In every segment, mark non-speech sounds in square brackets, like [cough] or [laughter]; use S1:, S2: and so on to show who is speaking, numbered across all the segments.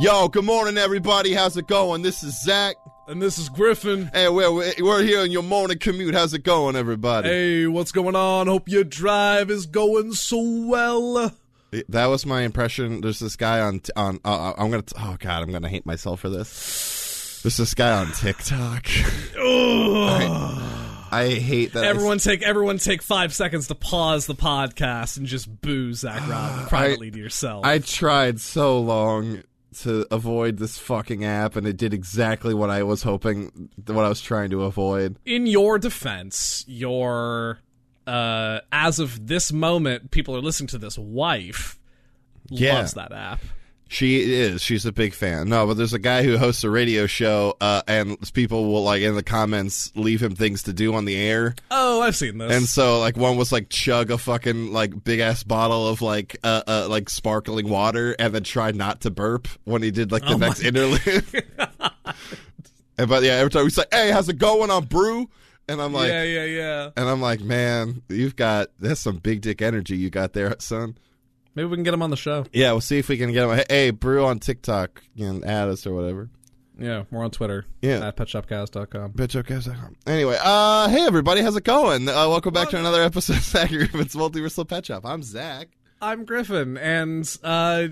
S1: Yo, good morning, everybody. How's it going? This is Zach.
S2: And this is Griffin.
S1: Hey, we're, we're here in your morning commute. How's it going, everybody?
S2: Hey, what's going on? Hope your drive is going so well.
S1: That was my impression. There's this guy on on. Uh, I'm gonna. Oh God, I'm gonna hate myself for this. There's this guy on TikTok. [laughs] I, I hate that. I-
S3: Everyone take everyone take five seconds to pause the podcast and just
S2: [sighs]
S3: boo Zach Robin privately to yourself.
S1: I tried so long to avoid this fucking app, and it did exactly what I was hoping, what I was trying to avoid.
S3: In your defense, your uh, as of this moment, people are listening to this. Wife
S1: Yeah.
S3: loves that app.
S1: She is. She's a big fan. No, but there's a guy who hosts a radio show, uh, and people will like in the comments leave him things to do on the air.
S3: Oh, I've seen this.
S1: And so like one was like chug a fucking like big ass bottle of like uh, uh like sparkling water and then try not to burp when he did like the next interlude. [laughs] and but yeah, every time we say, "Hey, how's it going on brew?" and I'm like
S3: yeah, yeah, yeah.
S1: and I'm like, "Man, you've got that's some big dick energy you got there, son."
S3: Maybe we can get him on the show.
S1: Yeah, we'll see if we can get him. Hey, brew on TikTok and add us or whatever.
S3: Yeah, we're on Twitter.
S1: Yeah.
S3: at petshopcast.com.
S1: BetJokeCast.com. Anyway, uh, hey everybody, how's it going? Uh, welcome back to another episode of [laughs] Zach Griffin's Multiversal Pet Shop. I'm Zach.
S3: I'm Griffin, and uh,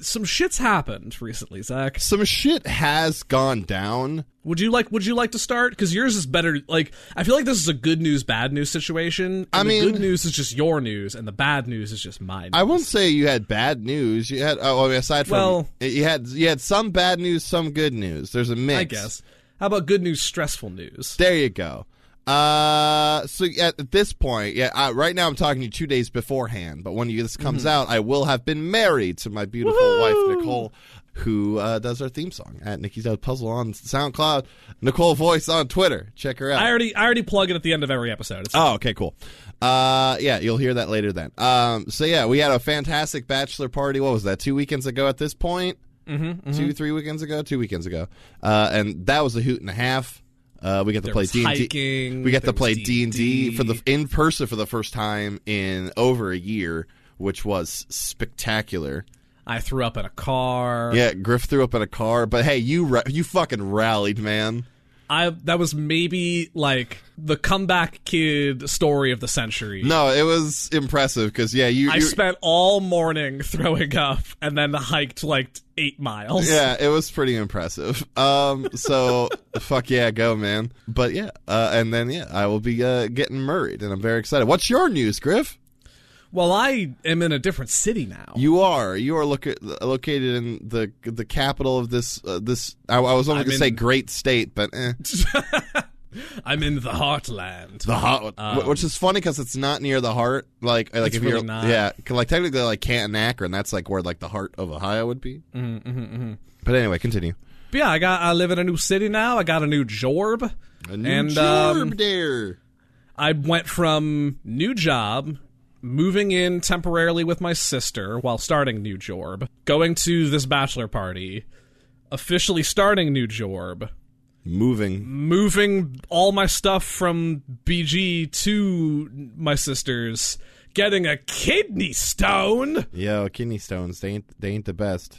S3: some shits happened recently. Zach,
S1: some shit has gone down.
S3: would you like would you like to start? Because yours is better. Like, I feel like this is a good news bad news situation. and
S1: I
S3: the
S1: mean-
S3: good news is just your news, and the bad news is just mine.
S1: I won't say you had bad news. You had oh, I mean, aside from
S3: Well-
S1: you had you had some bad news, some good news. There's a mix.
S3: I guess. How about good news, stressful news?
S1: There you go. Uh, so at this point, yeah, I, right now I'm talking to you two days beforehand. But when you, this comes out,
S3: Mm-hmm.
S1: I will have been married to my beautiful wife Nicole, who uh, does our theme song at Nikki's Out Puzzle on SoundCloud, Nicole Voice on Twitter. Check her out.
S3: I already I already plug it at the end of every episode. It's,
S1: Oh, okay, cool. Uh, yeah, you'll hear that later then. Um, so yeah, we had a fantastic bachelor party. What was that? Two weekends ago at this point? Mm-hmm, Two, three weekends ago? Two weekends ago. Uh, and that was a hoot and a half. Uh, we got to play
S3: was
S1: D and D.
S3: hiking,
S1: We got to
S3: there
S1: play
S3: was
S1: D and D
S3: D&D.
S1: for the in person for the first time in over a year, which was spectacular.
S3: I threw up in a car.
S1: Yeah, Griff threw up in a car, but hey, you ra- you fucking rallied, man.
S3: I that was maybe like the comeback kid story of the century.
S1: No, it was impressive because yeah, you
S3: I
S1: you-
S3: spent all morning throwing up and then hiked like eight miles.
S1: [laughs] Yeah, it was pretty impressive. Um, so fuck yeah, go man. But yeah, uh, and then yeah, I will be uh, getting married, and I'm very excited. What's your news, Griff?
S3: Well, I am in a different city now.
S1: You are you are loca- located in the the capital of this uh, this. I, I was only
S3: I'm
S1: going to say
S3: in-
S1: great state, but eh.
S3: I'm in the heartland.
S1: the heart,
S3: Um,
S1: which is funny because it's not near the heart. Like like
S3: It's
S1: if you're
S3: really not.
S1: yeah, 'cause, like technically like Canton Akron, that's like where like the heart of Ohio would be. Mm-hmm, But anyway, continue.
S3: But yeah, I got I live in a new city now. I got a new jorb.
S1: A new
S3: And,
S1: job
S3: um,
S1: there.
S3: I went from new job, moving in temporarily with my sister while starting new jorb, going to this bachelor party, officially starting new jorb,
S1: Moving
S3: moving all my stuff from BG to my sister's, getting a kidney stone,
S1: Yo, kidney stones, they ain't they ain't the best.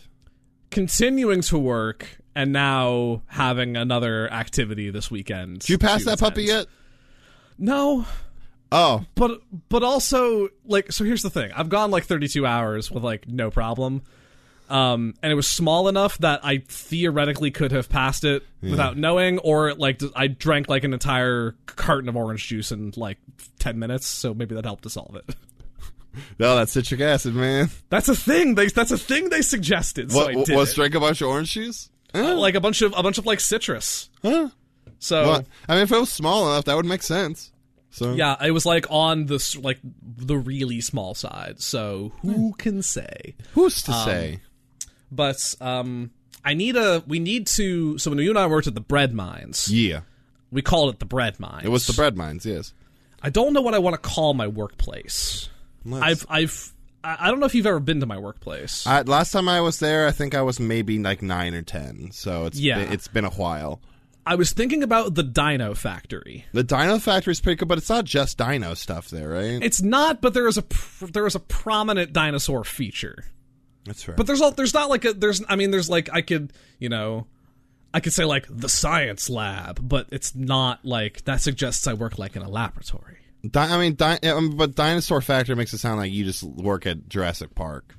S3: continuing to work, and now having another activity this weekend.
S1: Did you pass
S3: to
S1: that puppy yet?
S3: attend. No,
S1: Oh.
S3: but but also like so here's the thing i've gone like 32 hours with like no problem um and it was small enough that i theoretically could have passed it without knowing or like d- i drank like an entire carton of orange juice in like 10 minutes so maybe that helped to solve it
S1: No, that's citric acid, [laughs] man.
S3: that's a thing they that's a thing they suggested so
S1: What
S3: i
S1: what-
S3: did
S1: what's
S3: it.
S1: drink a bunch of orange juice?
S3: Uh, like a bunch of a bunch of like citrus
S1: Huh?
S3: so
S1: Oh. Well, I mean if it was small enough, that would make sense. So
S3: Yeah, it was like on this like the really small side. So
S1: Hmm.
S3: who can say?
S1: who's to
S3: Um,
S1: say?
S3: But um I need a we need to so when you and I worked at the bread mines,
S1: Yeah,
S3: we called it the bread mines.
S1: it was the bread mines. Yes,
S3: I don't know what I want to call my workplace. I've I've I I don't know if you've ever been to my workplace.
S1: I, last time I was there, I think I was maybe like nine or ten. So it's
S3: Yeah.
S1: been, it's been a while.
S3: I was thinking about the Dino Factory.
S1: The Dino Factory's pretty cool, but it's not just Dino stuff there, right?
S3: It's not, but there is a pr- there is a prominent dinosaur feature.
S1: That's right.
S3: But there's all there's not like a there's I mean there's like I could you know I could say like the science lab, but it's not like that suggests I work like in a laboratory.
S1: Di- I mean, di- um, but Dinosaur Factory makes it sound like you just work at Jurassic Park.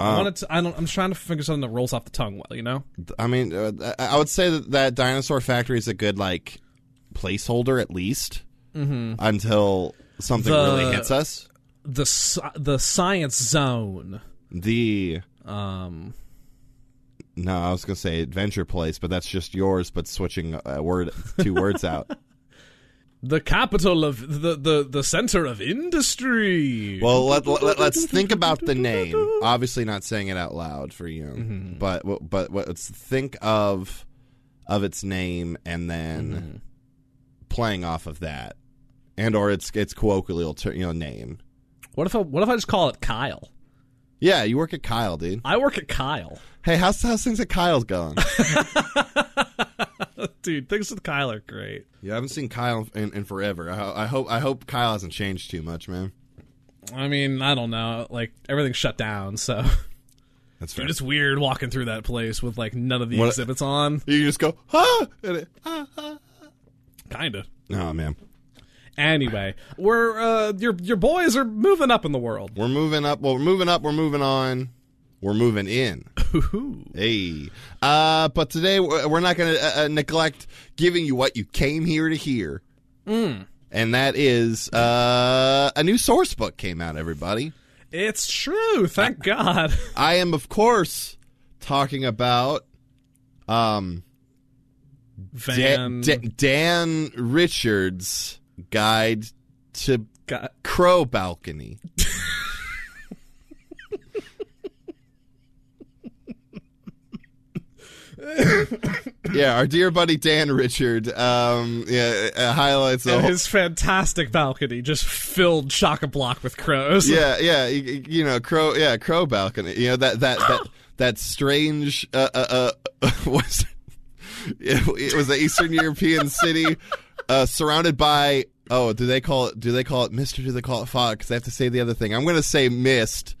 S3: I wanted to, I don't I'm trying to figure something that rolls off the tongue well, you know.
S1: I mean, uh, I I would say that, that Dinosaur Factory is a good like placeholder at least until something
S3: The-
S1: really hits us.
S3: The sci- the science zone.
S1: The
S3: Um
S1: no, I was gonna say Adventure Place, but that's just yours. But switching a word, two words out.
S3: the capital of the the the center of industry.
S1: Well, let, let, us think about the name. Obviously, not saying it out loud for you, but but but let's think of of its name and then playing off of that, and or its its colloquial ter- you know name.
S3: what if I, what if I just call it Kyle?
S1: Yeah, you work at Kyle, dude.
S3: I work at Kyle. [laughs]
S1: Hey, how's how's things at Kyle's [laughs] going?
S3: Dude, things with Kyle are great.
S1: you haven't seen Kyle in, in forever. I, ho- I hope I hope Kyle hasn't changed too much, man.
S3: I mean, I don't know. Like everything's shut down, so [laughs]
S1: That's fair.
S3: Dude, it's weird walking through that place with like none of the
S1: What-
S3: exhibits on.
S1: You just go, ah! and it- ah.
S3: Kinda.
S1: Oh man,
S3: Anyway, we're uh, your your boys are moving up in the world.
S1: we're moving up. Well, we're moving up. We're moving on. We're moving in.
S3: Hoo-hoo.
S1: Hey, uh, but today we're we're not going to uh, uh, neglect giving you what you came here to hear, Hmm. and that is uh, a new source book came out. Everybody,
S3: It's
S1: [laughs]
S3: true. Thank God.
S1: I am of course talking about um,
S3: Van
S1: Da- Da- Dan Richards' guide to
S3: God.
S1: crow
S3: [laughs]
S1: balcony. yeah, our dear buddy Dan Richard um, yeah, uh, highlights the
S3: and
S1: whole-
S3: his fantastic balcony just filled chock a block with
S1: [laughs]
S3: crows.
S1: yeah, yeah, y- y- you know, crow, yeah, crow balcony. You know that that that,
S3: [laughs]
S1: that strange uh, uh, uh, [laughs] was it, it was an Eastern European city uh, surrounded by oh, do they call it do they call it mist or do they call it fog? Because I have to say the other thing. I'm going to say mist.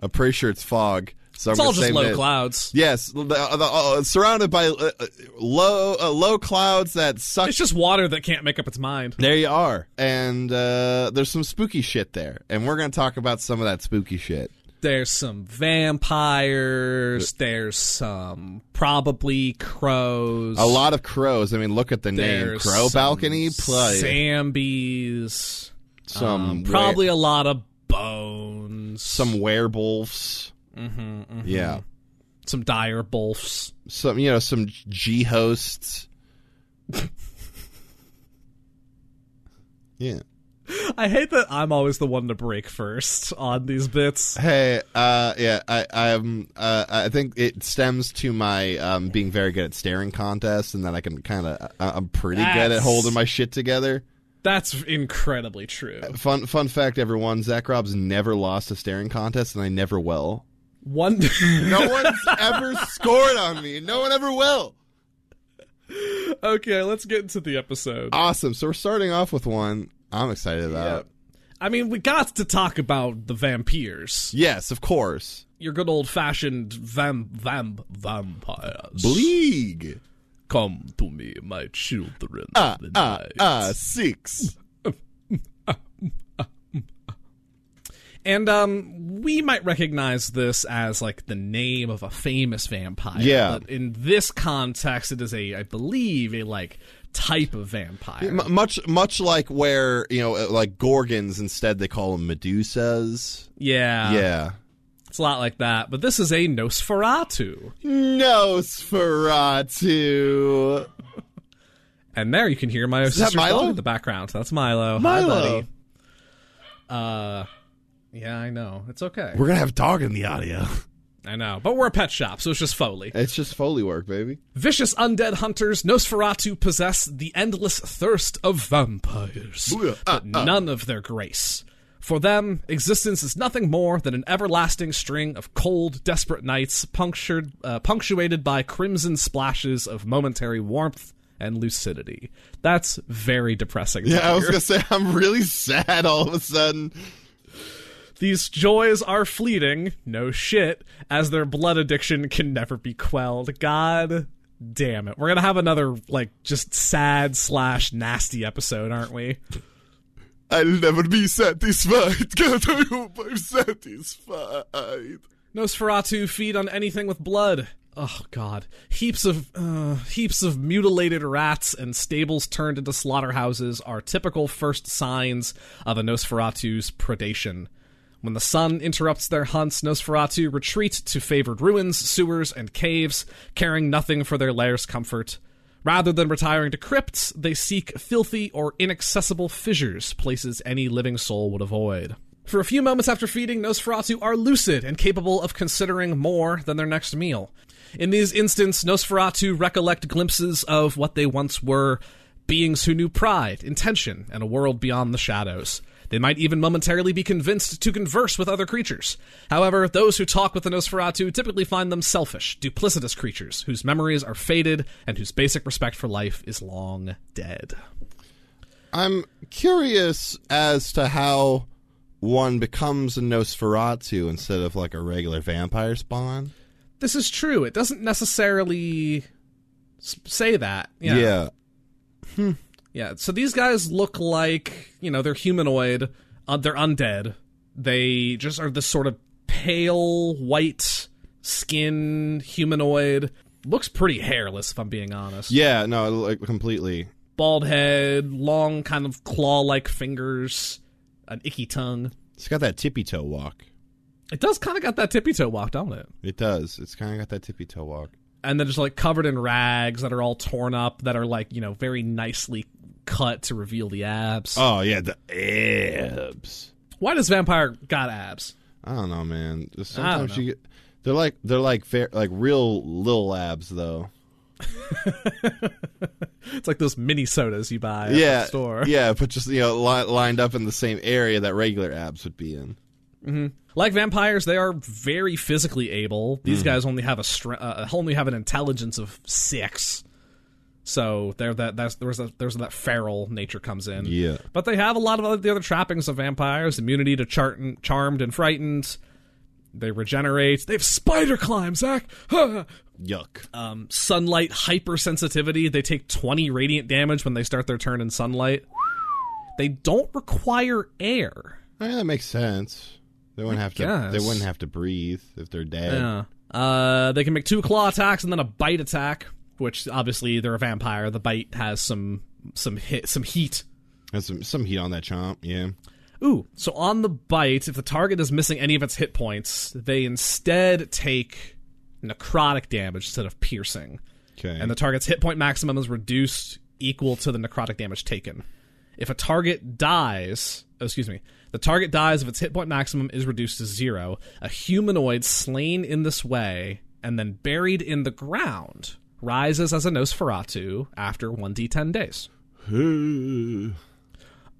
S1: I'm pretty sure it's fog. So
S3: It's
S1: I'm
S3: all
S1: gonna say
S3: just low
S1: mist.
S3: clouds.
S1: Yes, the, the, uh, surrounded by uh, uh, low uh, low clouds that
S3: [laughs]
S1: suck
S3: It's just water that can't make up its mind.
S1: there you are. And uh, there's some spooky shit there. And we're going to talk about some of that spooky shit.
S3: There's some vampires. There's some probably crows.
S1: A lot of crows. I mean, look at the name
S3: There's
S1: Crow
S3: some
S1: Balcony. Play
S3: Zambies.
S1: some
S3: Um,
S1: wer-
S3: probably a lot of bones.
S1: some werewolves. Mm-hmm, Yeah.
S3: some dire bolfs.
S1: Some, you know, some G hosts. [laughs] yeah.
S3: I hate that I'm always the one to break first on these bits.
S1: Hey, uh, yeah, I, I'm, uh, I think it stems to my um, being very good at staring contests, and that I can kind of, I'm pretty good at
S3: That's-
S1: holding my shit together.
S3: That's incredibly true.
S1: Fun fun fact, everyone: Zach Rob's never lost a staring contest, and I never will.
S3: One [laughs]
S1: No one's ever scored on me. No one ever will.
S3: Okay, let's get into the episode.
S1: Awesome. So we're starting off with one I'm excited about.
S3: I mean, we got to talk about the vampires.
S1: Yes, of course.
S3: Your good old fashioned vam vamp vampires.
S1: Bleeg.
S3: Come to me, my children.
S1: Ah
S3: the
S1: ah
S3: night.
S1: ah. Six.
S3: And um, we might recognize this as like the name of a famous vampire.
S1: Yeah.
S3: But in this context, it is a, I believe, a like type of vampire.
S1: M- much much like where you know uh, like gorgons instead they call them medusas.
S3: yeah.
S1: yeah.
S3: It's a lot like that. But this is a Nosferatu.
S1: Nosferatu.
S3: And there you can hear my
S1: that
S3: sister
S1: Milo?
S3: Chloe in the background. That's Milo. Hi, buddy.
S1: Milo.
S3: Uh, yeah, I know. It's okay.
S4: We're gonna have dog in the audio.
S3: I know. But we're a pet shop, so it's just Foley.
S1: It's just Foley work, baby.
S3: Vicious undead hunters, Nosferatu possess the endless thirst of vampires, but none of their grace. For them, existence is nothing more than an everlasting string of cold, desperate nights, punctured, uh, punctuated by crimson splashes of momentary warmth and lucidity. That's very depressing. to
S1: Yeah, I was
S3: hear.
S1: gonna say I'm really sad all of a sudden.
S3: These joys are fleeting, no shit, as their blood addiction can never be quelled. God damn it. We're gonna have another, like, just sad slash nasty episode, aren't we?
S1: I'll never be satisfied. [laughs] God, I hope I'm satisfied.
S3: Nosferatu feed on anything with blood. Oh god. Heaps of uh, heaps of mutilated rats and stables turned into slaughterhouses are typical first signs of a Nosferatu's predation. When the sun interrupts their hunts, Nosferatu retreat to favored ruins, sewers, and caves, caring nothing for their lair's comfort. Rather than retiring to crypts, they seek filthy or inaccessible fissures, places any living soul would avoid. For a few moments after feeding, Nosferatu are lucid and capable of considering more than their next meal. In these instants, Nosferatu recollect glimpses of what they once were beings who knew pride, intention, and a world beyond the shadows. They might even momentarily be convinced to converse with other creatures. However, those who talk with the Nosferatu typically find them selfish, duplicitous creatures whose memories are faded and whose basic respect for life is long dead.
S1: I'm curious as to how one becomes a Nosferatu instead of like a regular vampire spawn.
S3: This is true. It doesn't necessarily s- say that. Yeah. Yeah, So these guys look like, you know, they're humanoid, uh, they're undead. They just are this sort of pale white skin humanoid. Looks pretty hairless, if I'm being honest.
S1: Yeah, no, like completely.
S3: bald head, long kind of claw-like fingers, an icky tongue.
S1: It's got that tippy toe walk.
S3: It does kind of got that tippy toe walk, don't it?
S1: It does. It's kind of got that tippy toe walk.
S3: And then just like covered in rags that are all torn up, that are like you know very nicely cut to reveal the abs.
S1: Oh yeah, the abs.
S3: Uh, Why does vampire got abs?
S1: I don't know, man. Just
S3: I don't
S1: Sometimes
S3: know.
S1: you get they're like they're like fair, like real little abs though.
S3: It's like those mini sodas you buy at
S1: yeah,
S3: the store.
S1: yeah, but just you know li- lined up in the same area that regular abs would be in.
S3: Like vampires, they are very physically able. These guys only have a stre- uh, only have an intelligence of six, so they're that that's there's that there's that feral nature comes in.
S1: Yeah.
S3: but they have a lot of other, the other trappings of vampires: immunity to chart- charmed and frightened. They regenerate. They have spider climb, Zach. [laughs]
S1: Yuck.
S3: um, sunlight hypersensitivity. They take 20 radiant damage when they start their turn in sunlight. They don't require air.
S1: I mean, that makes sense. They wouldn't have to. They
S3: guess.
S1: wouldn't have to breathe if they're dead.
S3: Yeah. Uh, they can make two claw attacks and then a bite attack, which obviously they're a vampire. The bite has some some hit some heat.
S1: Has some some heat on that chomp. Yeah.
S3: Ooh, so on the bite, if the target is missing any of its hit points, they instead take necrotic damage instead of piercing.
S1: Okay.
S3: And the target's hit point maximum is reduced equal to the necrotic damage taken. If a target dies, oh, excuse me, the target dies if its hit point maximum is reduced to zero. A humanoid slain in this way and then buried in the ground rises as a Nosferatu after 1d10 days.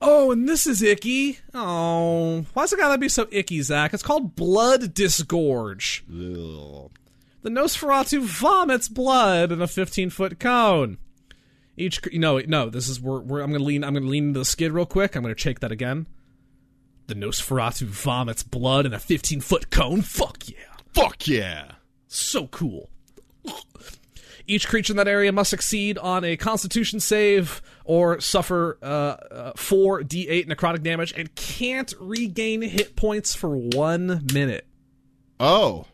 S3: Oh, and this is icky. Oh, why's it gotta be so icky, Zach? It's called blood disgorge.
S1: Ugh.
S3: The Nosferatu vomits blood in a 15 foot cone. Each cr- no no this is where, where I'm gonna lean I'm gonna lean into the skid real quick I'm gonna shake that again. The Nosferatu vomits blood in a 15 foot cone. Fuck yeah,
S1: [sighs] Fuck yeah.
S3: so cool. [sighs] Each creature in that area must succeed on a Constitution save or suffer uh, uh, four d8 necrotic damage and can't regain hit points for one minute.
S1: Oh,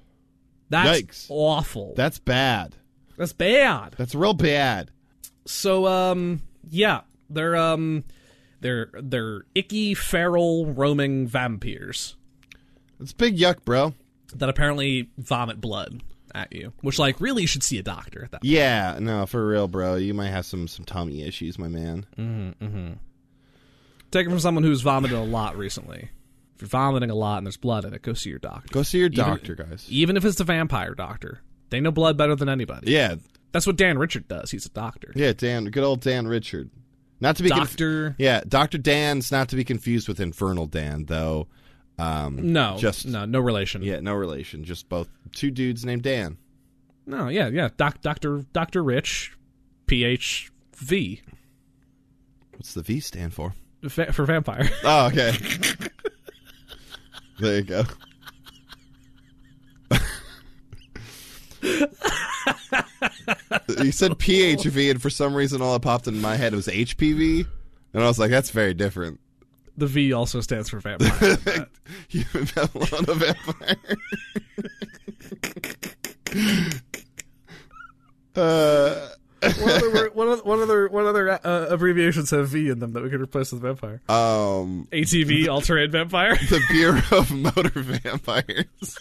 S3: That's
S1: Yikes.
S3: awful.
S1: that's bad.
S3: That's bad.
S1: That's real bad.
S3: So um yeah, they're um they're they're icky feral roaming vampires
S1: That's big yuck, bro.
S3: that apparently vomit blood. at you, which like really you should see a doctor at that.
S1: Yeah, no, for real, bro. You might have some some tummy issues, my man.
S3: Take it from someone who's vomited a lot recently. If you're vomiting a lot and there's blood in it, go see your doctor.
S1: Go see your doctor, guys.
S3: Even if it's the vampire doctor, they know blood better than anybody.
S1: Yeah,
S3: That's what Dan Richard does. He's a doctor.
S1: yeah, Dan, good old Dan Richard. Not to be conf-
S3: Doctor.
S1: yeah, Doctor Dan's not to be confused with Infernal Dan, though. Um,
S3: No,
S1: just
S3: no, no relation.
S1: yeah, no relation. Just both two dudes named Dan.
S3: No, yeah, yeah. Doc, Doctor, Doctor Rich, PHV
S1: What's the V stand for?
S3: fa- for vampire.
S1: Oh, okay. [laughs] there you go. [laughs] you said PHV, and for some reason, all that popped in my head was HPV, and I was like, "That's very different."
S3: the V also stands for [laughs] vampire.
S1: [laughs] you Babylon a vampire. [laughs] uh,
S3: what, other, what other, what other, what other uh, abbreviations have V in them that we could replace with vampire?
S1: um,
S3: [laughs] ATV, all terrain vampire.
S1: the Bureau of Motor Vampires.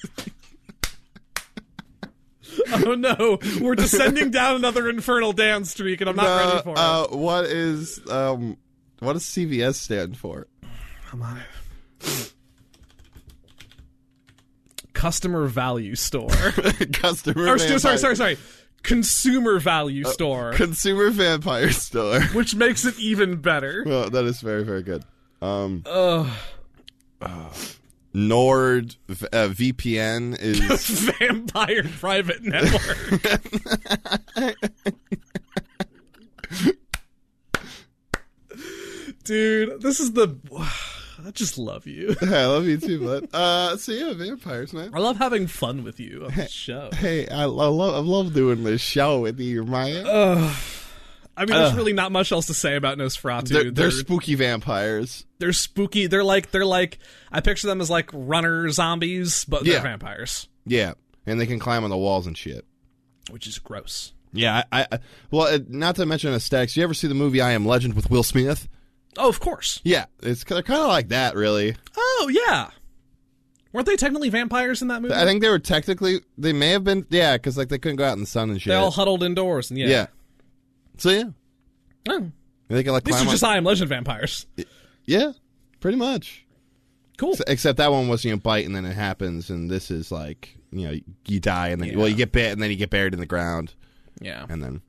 S3: oh no, we're descending down another infernal Dan streak, and I'm not ready for
S1: Uh, what is um, what does CVS stand for? [laughs]
S3: it. Come on. Customer value [laughs] store.
S1: Customer.
S3: or,
S1: vampire-
S3: Oh, sorry, sorry, sorry. Consumer value store,
S1: Consumer vampire store. [laughs]
S3: which makes it even [laughs] better.
S1: well, that is very very good. Um,
S3: Ugh.
S1: Nord v- uh, VPN is
S3: [laughs]
S1: [laughs]
S3: vampire private network. Dude, this is the. I just love you.
S1: I love you too, bud. Uh, so yeah, vampires, man.
S3: I love having fun with you on this show.
S1: Hey, I, lo- I love I love doing this show with you, Maya.
S3: I mean, there's really not much else to say about Nosferatu.
S1: they're,
S3: They're,
S1: they're spooky vampires.
S3: they're spooky. They're like they're like I picture them as like runner zombies, but
S1: Yeah.
S3: they're vampires,
S1: Yeah, and they can climb on the walls and shit.
S3: which is gross.
S1: Yeah, I, I I- well, uh, not to mention aesthetics. You ever see the movie I Am Legend with Will Smith?
S3: Oh, of course.
S1: Yeah, it's kind of like that, really.
S3: Oh yeah. Weren't they technically vampires in that movie?
S1: I think they were technically they may have been yeah because like they couldn't go out in the sun and shit.
S3: they all huddled indoors and yeah.
S1: yeah. So yeah,
S3: Oh.
S1: they can like
S3: These
S1: climb
S3: are
S1: on-
S3: just I Am Legend vampires.
S1: yeah, pretty much.
S3: Cool.
S1: S- Except that one was you know bite and then it happens and this is like you know you die and then well you get bit and then you get buried in the ground
S3: Yeah.
S1: and then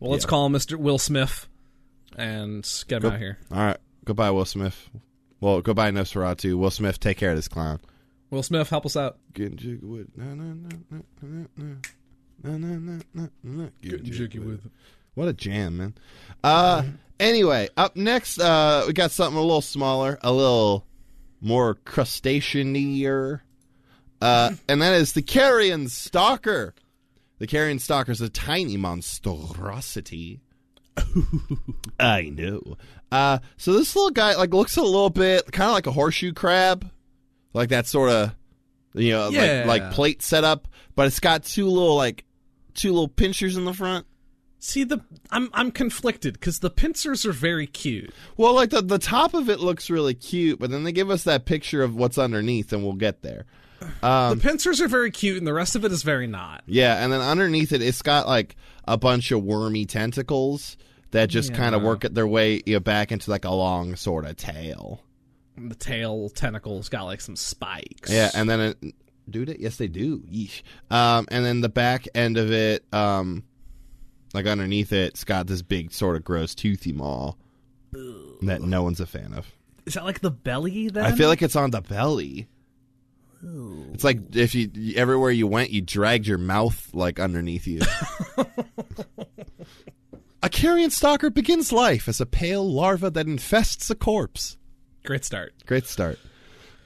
S3: Well, let's call Mr. Will Smith and get him out of here.
S1: all right goodbye Will Smith. Well goodbye Nosferatu. Will Smith take care of this clown.
S3: Will Smith, help us out.
S1: Getting jiggy with it. na na na na na na na na na na na getting
S3: it.
S1: What a jam, man. Uh anyway, up next, uh we got something a little smaller, a little more crustaceanier. Uh and that is the carrion stalker. The carrion stalker is a tiny monstrosity. I know. Uh so this little guy like looks a little bit kind of like a horseshoe crab. Like that sort of you know,
S3: Yeah.
S1: like like plate setup, but it's got two little like two little pinchers in the front.
S3: See the I'm I'm conflicted because the pincers are very cute.
S1: Well, like the the top of it looks really cute, but then they give us that picture of what's underneath, and we'll get there.
S3: The
S1: Um,
S3: pincers are very cute, and the rest of it is very not.
S1: Yeah, and then underneath it, it's got like a bunch of wormy tentacles that just kind of work at their way you know, back into like a long sort of tail.
S3: The tail tentacles got like some spikes.
S1: Yeah, and then it, do they? Yes, they do. Yeesh. Um, and then the back end of it, um, like underneath it, it's got this big sort of gross toothy maw that no one's a fan of.
S3: is that like the belly? Then
S1: I feel like it's on the belly. It's like if you you- everywhere you went, you dragged your mouth like underneath [laughs] you. a carrion stalker begins life as a pale larva that infests a corpse.
S3: great start.
S1: Great start.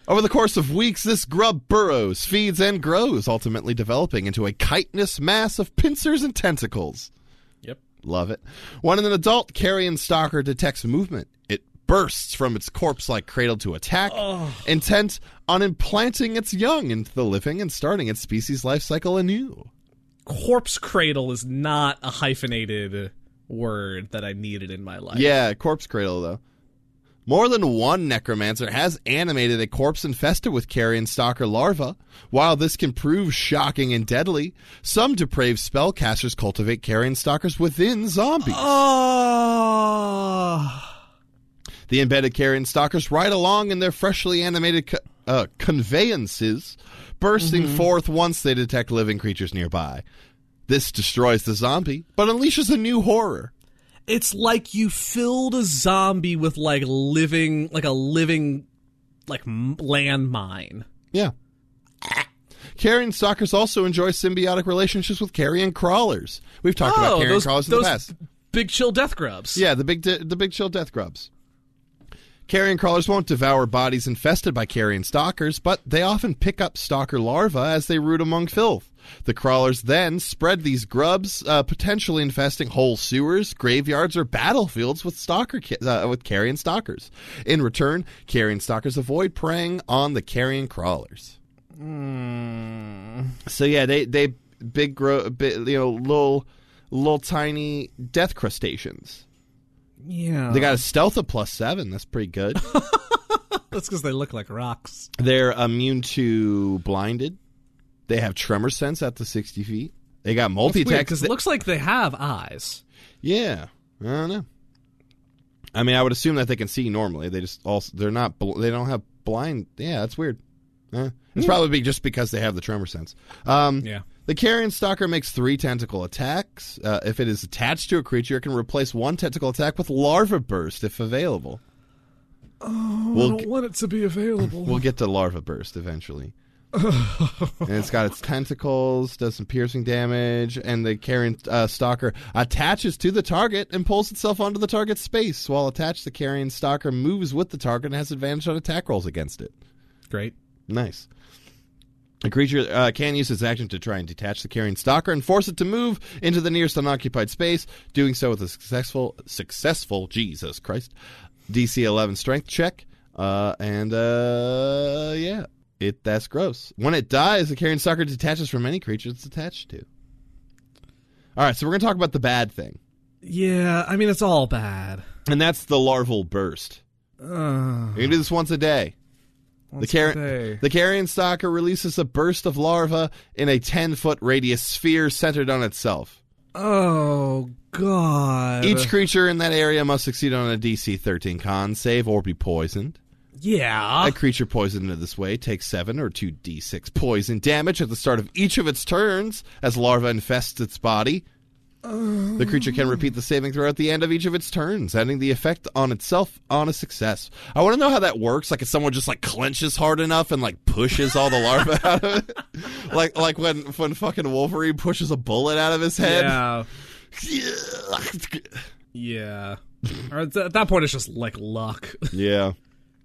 S1: Over the course of weeks, this grub burrows, feeds, and grows, ultimately developing into a chitinous mass of pincers and tentacles.
S3: Yep.
S1: Love it. When an adult carrion stalker detects movement, it bursts from its corpse like cradle to attack, intent on implanting its young into the living and starting its species life cycle anew.
S3: Corpse cradle is not a hyphenated word that I needed in my life.
S1: Yeah, corpse cradle, though. More than one necromancer has animated a corpse infested with carrion stalker larvae. While this can prove shocking and deadly, some depraved spellcasters cultivate carrion stalkers within zombies.
S3: Oh.
S1: The embedded carrion stalkers ride along in their freshly animated co- uh, conveyances, bursting
S3: Mm-hmm.
S1: forth once they detect living creatures nearby. This destroys the zombie, but unleashes a new horror.
S3: It's like you filled a zombie with like living, like a living, like m- landmine.
S1: Yeah. Carrion stalkers also enjoy symbiotic relationships with carrion crawlers. We've talked about carrion
S3: Oh, those,
S1: crawlers in
S3: those
S1: the past.
S3: big chill death grubs.
S1: Yeah, the big de- the big chill death grubs. Carrion crawlers won't devour bodies infested by carrion stalkers, but they often pick up stalker larvae as they root among filth. The crawlers then spread these grubs, uh, potentially infesting whole sewers, graveyards, or battlefields with stalker ca- uh, with carrion stalkers. In return, carrion stalkers avoid preying on the carrion crawlers. So yeah, they they big grow, big, you know, little little tiny death crustaceans.
S3: yeah.
S1: They got a stealth of plus seven. That's pretty
S3: [laughs]
S1: good.
S3: That's because they look like rocks.
S1: They're immune to blinded. They have tremor sense at the sixty feet. They got multi
S3: Weird,
S1: attack.
S3: 'cause it looks like they have eyes.
S1: Yeah, I don't know. I mean, I would assume that they can see normally. They just also they're not bl- they don't have blind. Yeah, that's weird. Eh.
S3: Hmm.
S1: It's probably be just because they have the tremor sense. Um,
S3: Yeah.
S1: The carrion stalker makes three tentacle attacks. Uh, if it is attached to a creature, it can replace one tentacle attack with larva burst if available.
S3: Oh,
S1: we'll, g-
S3: want it to be available.
S1: we'll get to larva burst eventually. and it's got its tentacles, does some piercing damage, and the carrion uh, stalker attaches to the target and pulls itself onto the target's space. While attached, the carrion stalker moves with the target and has advantage on attack rolls against it.
S3: Great.
S1: Nice. A creature uh, can use its action to try and detach the carrion stalker and force it to move into the nearest unoccupied space, doing so with a successful, successful, Jesus Christ, DC 11 strength check. Uh, and, uh, yeah, it that's gross. When it dies, the carrion stalker detaches from any creature it's attached to. All right, so we're going to talk about the bad thing,
S3: Yeah, I mean it's all bad.
S1: and that's the larval burst.
S3: Ugh.
S1: You can do this once a day. The, car-
S3: Uh, day.
S1: the carrion stalker releases a burst of larva in a 10 foot radius sphere centered on itself.
S3: oh god.
S1: Each creature in that area must succeed on a DC 13 con save or be poisoned.
S3: yeah.
S1: A creature poisoned in this way takes 7 or 2d6 poison damage at the start of each of its turns as larva infests its body. The creature can repeat the saving throw at the end of each of its turns, ending the effect on itself on a success. I want to know how that works. Like, if someone just like clenches hard enough and like pushes all the larvae [laughs] out of it, like like when when fucking Wolverine pushes a bullet out of his head.
S3: yeah.
S1: [laughs]
S3: Yeah. or at th- at that point it's just like luck. [laughs]
S1: yeah.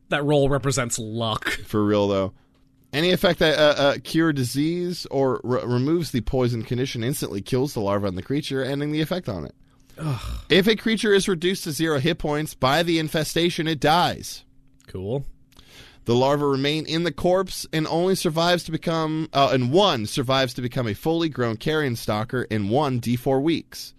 S3: that roll represents luck.
S1: for real though. Any effect that uh, uh, cure disease or re- removes the poison condition instantly kills the larva on the creature, ending the effect on it. If a creature is reduced to zero hit points by the infestation, it dies.
S3: Cool.
S1: The larvae remain in the corpse and only survives to become, uh, and one survives to become a fully grown carrion stalker in one d4 weeks.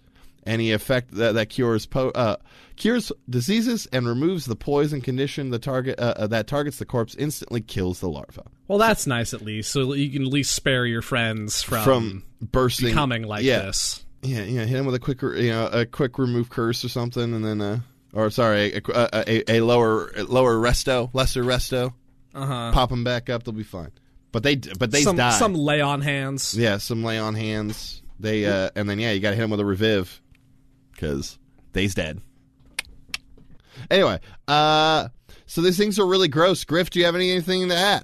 S1: Any effect that, that cures po- uh, cures diseases and removes the poison condition the target uh, uh, that targets the corpse instantly kills the larva.
S3: Well, that's nice at least. So you can at least spare your friends from,
S1: from bursting
S3: coming Um, like
S1: yeah,
S3: this.
S1: Yeah, yeah, hit him with a quick, re- you know, a quick remove curse or something, and then, uh, or sorry, a, a, a, a lower, a lower resto, lesser resto,
S3: Uh-huh.
S1: pop him back up, they'll be fine. But they, d- but they
S3: some
S1: die.
S3: some lay on hands.
S1: yeah, some lay on hands. They, uh, and then yeah, you got to hit him with a revive because they's dead. Anyway, uh, so these things are really gross. Griff, do you have any, anything to add?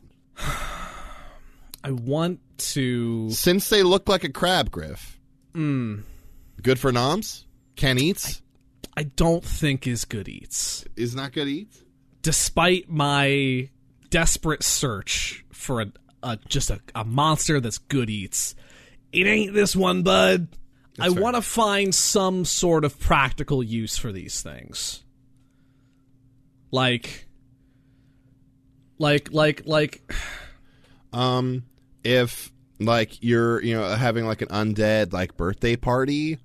S3: I want to
S1: Since they look like a crab, Griff. Hmm. Good for noms. Can eats.
S3: I don't think is good eats.
S1: is not good to eat.
S3: despite my desperate search for a, a just a, a monster that's good eats, it ain't this one, bud. I want to find some sort of practical use for these things, like, like, like, like.
S1: Um, if like you're you know having like an undead like birthday party,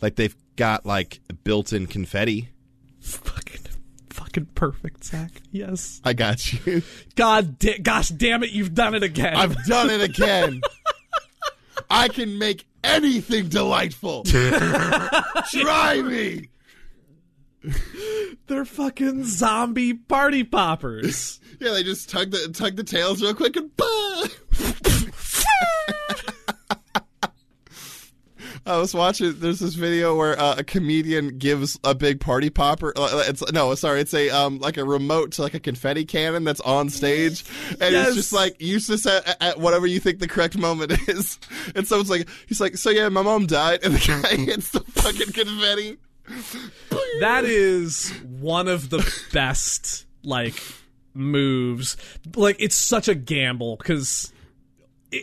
S1: like they've got like built-in confetti.
S3: Fucking, fuck fucking perfect, Zach. Yes.
S1: I got you.
S3: God, da- gosh, damn it, you've done it again.
S1: [laughs] I've done it again. I can make anything [laughs] delightful. Try me.
S3: They're fucking zombie party poppers.
S1: Yeah, they just tug the tug the tails real quick and bah! [laughs] I was watching. There's this video where uh, a comedian gives a big party popper. Uh, it's no, sorry, it's a um like a remote to like a confetti cannon that's on stage, and
S3: Yes.
S1: it's just like use this at, at whatever you think the correct moment [laughs] is. And so it's like he's like, so yeah, my mom died, and the guy [laughs] hits the fucking confetti.
S3: that is one of the best like moves like it's such a gamble because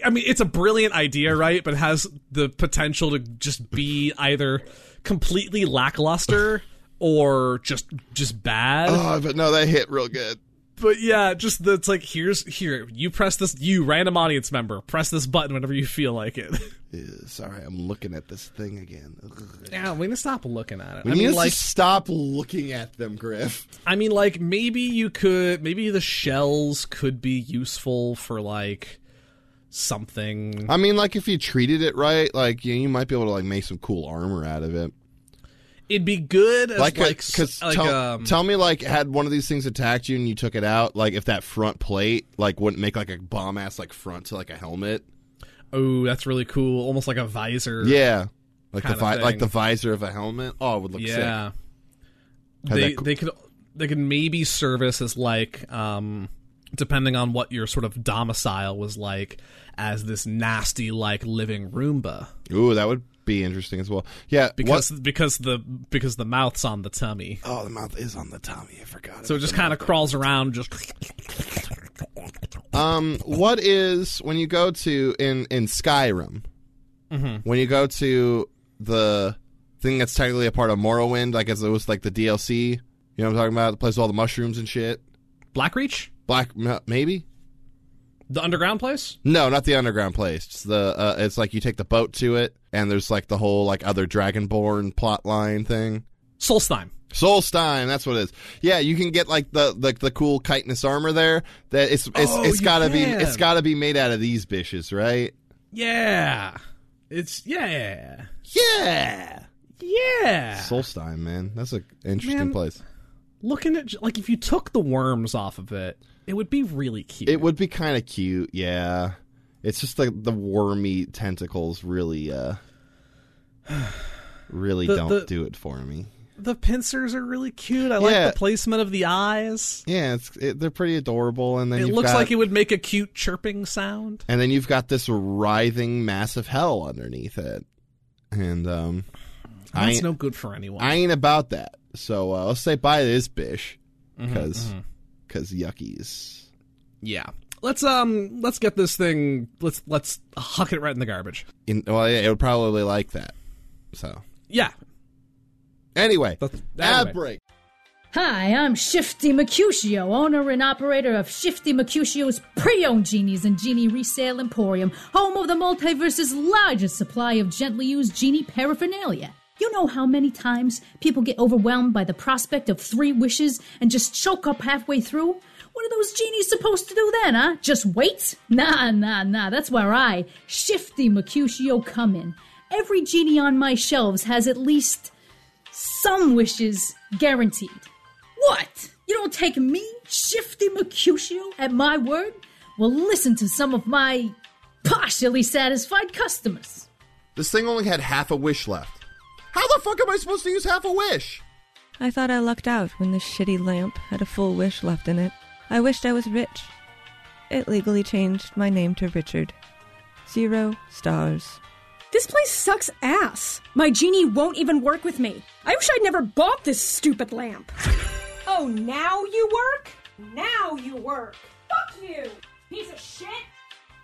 S3: i mean it's a brilliant idea right but it has the potential to just be either completely lackluster or just just bad
S1: Oh, but no, that hit real good.
S3: but yeah just that's like here's here you press this you random audience member press this button whenever you feel like it [laughs]
S1: Ew, sorry, I'm looking at this thing again. Ugh.
S3: yeah we need to stop looking at it
S1: We
S3: i
S1: need
S3: mean
S1: to
S3: like
S1: stop looking at them, Griff.
S3: I mean, like maybe you could, maybe the shells could be useful for like something.
S1: I mean, like if you treated it right, like you, you might be able to like make some cool armor out of it.
S3: It'd be good as like,
S1: Like,
S3: like,
S1: a-
S3: s- like,
S1: tell,
S3: um,
S1: tell me, like had one of these things attacked you and you took it out, like if that front plate like wouldn't make like a bomb ass like front to like a helmet.
S3: oh, that's really cool, almost like a visor.
S1: Yeah, like the
S3: Kinda
S1: vi- like
S3: thing.
S1: the visor of a helmet. Oh, it would look sick.
S3: yeah.
S1: Had
S3: They
S1: that co-
S3: they could they could maybe service as like um depending on what your sort of domicile was like as this nasty like living Roomba
S1: Ooh, that would be interesting as well. Yeah, what-
S3: because because the because the mouth's on the tummy.
S1: oh, the mouth is on the tummy. I forgot.
S3: So it just kind of crawls around just
S1: Um, what is when you go to in in Skyrim?
S3: Mm-hmm.
S1: When you go to the thing that's technically a part of Morrowind, like as it was like the DLC. You know what I'm talking about? The place with all the mushrooms and shit.
S3: Blackreach?
S1: Black, m- maybe?
S3: The underground place?
S1: No, not the underground place. It's the uh, it's like you take the boat to it, and there's like the whole like other Dragonborn plot line thing.
S3: Solstheim.
S1: Solstein, that's what it is. Yeah, you can get like the the, the cool chitinous armor there. That it's it's,
S3: Oh,
S1: it's
S3: you
S1: gotta be
S3: can.
S1: it's gotta be made out of these bitches, right?
S3: Yeah. It's yeah.
S1: Yeah.
S3: Yeah.
S1: Solstheim, man. That's an interesting
S3: Man.
S1: place.
S3: Looking at like if you took the worms off of it, it would be really cute.
S1: It would be kind of cute, yeah. It's just the the wormy tentacles really uh [sighs] really
S3: The-
S1: don't
S3: the-
S1: do it for me.
S3: the pincers are really cute. I like
S1: Yeah.
S3: the placement of the eyes.
S1: Yeah, it's it, they're pretty adorable and then
S3: It
S1: you've
S3: looks
S1: got,
S3: like it would make a cute chirping sound.
S1: and then you've got this writhing mass of hell underneath it. And um I
S3: That's
S1: ain't,
S3: no good for anyone.
S1: I ain't about that. So uh, let's say bye to this bish
S3: Mm-hmm,
S1: because cuz yuckies.
S3: yeah. Let's um let's get this thing let's let's huck it right in the garbage.
S1: In, well, yeah, it would probably like that. So
S3: Yeah.
S1: Anyway,
S3: That's
S1: ad
S3: anyway.
S1: break.
S4: Hi, I'm Shifty Mercutio, owner and operator of Shifty Mercutio's pre owned genies and genie resale emporium, home of the multiverse's largest supply of gently used genie paraphernalia. You know how many times people get overwhelmed by the prospect of three wishes and just choke up halfway through? What are those genies supposed to do then, huh? Just wait? Nah, nah, nah, that's where I, Shifty Mercutio, come in. Every genie on my shelves has at least some wishes guaranteed. What? You don't take me, Shifty Mercutio, at my word? Well, listen to some of my partially satisfied customers.
S5: This thing only had half a wish left. How the fuck am I supposed to use half a wish?
S6: I thought I lucked out when this shitty lamp had a full wish left in it. I wished I was rich. It legally changed my name to Richard. Zero stars.
S7: This place sucks ass. My genie won't even work with me. I wish I'd never bought this stupid lamp. Oh, now you work? Now you work. Fuck you, piece of shit.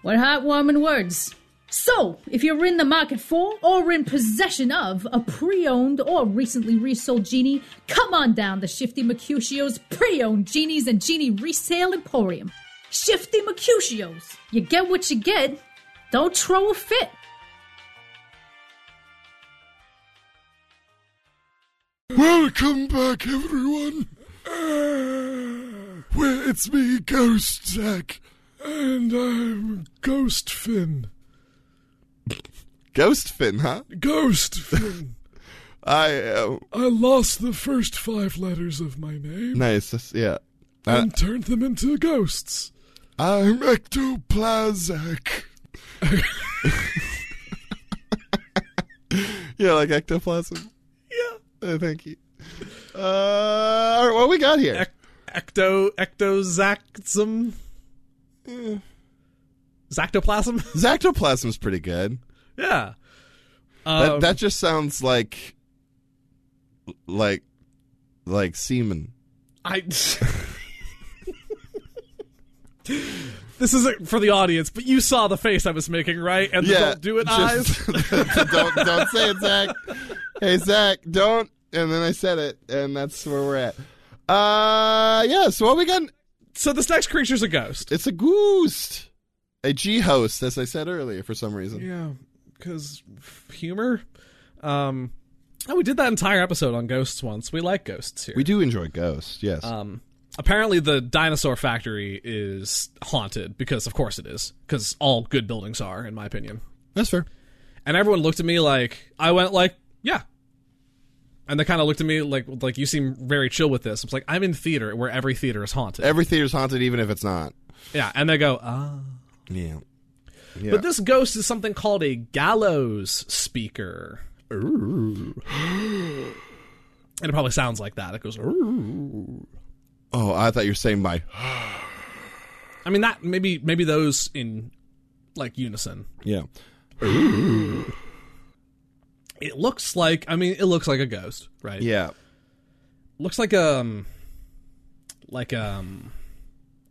S4: What heartwarming words. So, if you're in the market for or in possession of a pre owned or recently resold genie, come on down to Shifty Mercutio's pre owned genies and genie resale emporium. Shifty Mercutio's. You get what you get. Don't throw a fit.
S1: Welcome back, everyone.
S8: Well, it's me, Ghost Zack, and I'm Ghost Finn.
S1: Ghost Finn, huh?
S8: Ghost Finn.
S1: [laughs] I uh,
S8: I lost the first five letters of my name
S1: nice. that's- Yeah. Uh,
S8: and turned them into ghosts.
S1: I'm [laughs] ectoplasmic. yeah, like ectoplasm. Yeah. thank you. Uh, all right, what we got here?
S3: Ec- ecto ectozaxum.
S1: Mm.
S3: Zactoplasm? [laughs]
S1: Zactoplasm's pretty good.
S3: yeah.
S1: That
S3: Um,
S1: that just sounds like like like semen.
S3: I. this isn't for the audience, but you saw the face I was making, right? And the
S1: yeah,
S3: don't do it eyes.
S1: just- [laughs] don't don't say it, Zach. Hey, Zach, don't. And then I said it, and that's where we're at. Uh, yeah. So what we got?
S3: So this next creature's a ghost.
S1: It's a goose, a G host, as I said earlier, for some reason.
S3: Yeah, because humor. Um, oh, we did that entire episode on ghosts once. We like ghosts here.
S1: We do enjoy ghosts, yes.
S3: Um, apparently, the dinosaur factory is haunted because, of course, it is. Because all good buildings are, in my opinion.
S1: that's fair.
S3: And everyone looked at me like I went like, yeah. And they kind of looked at me like, like you seem very chill with this. It's like I'm in theater where every theater is haunted.
S1: Every theater's haunted, even if it's not.
S3: yeah, and they go, ah.
S1: Yeah. Yeah.
S3: But this ghost is something called a gallows speaker. And it probably sounds like that. It goes. "Ooh."
S1: oh, I thought you were saying my.
S3: I mean, that maybe maybe those in like unison.
S1: Yeah.
S3: It looks like. I mean, it looks like a ghost, right?
S1: Yeah.
S3: looks like um like um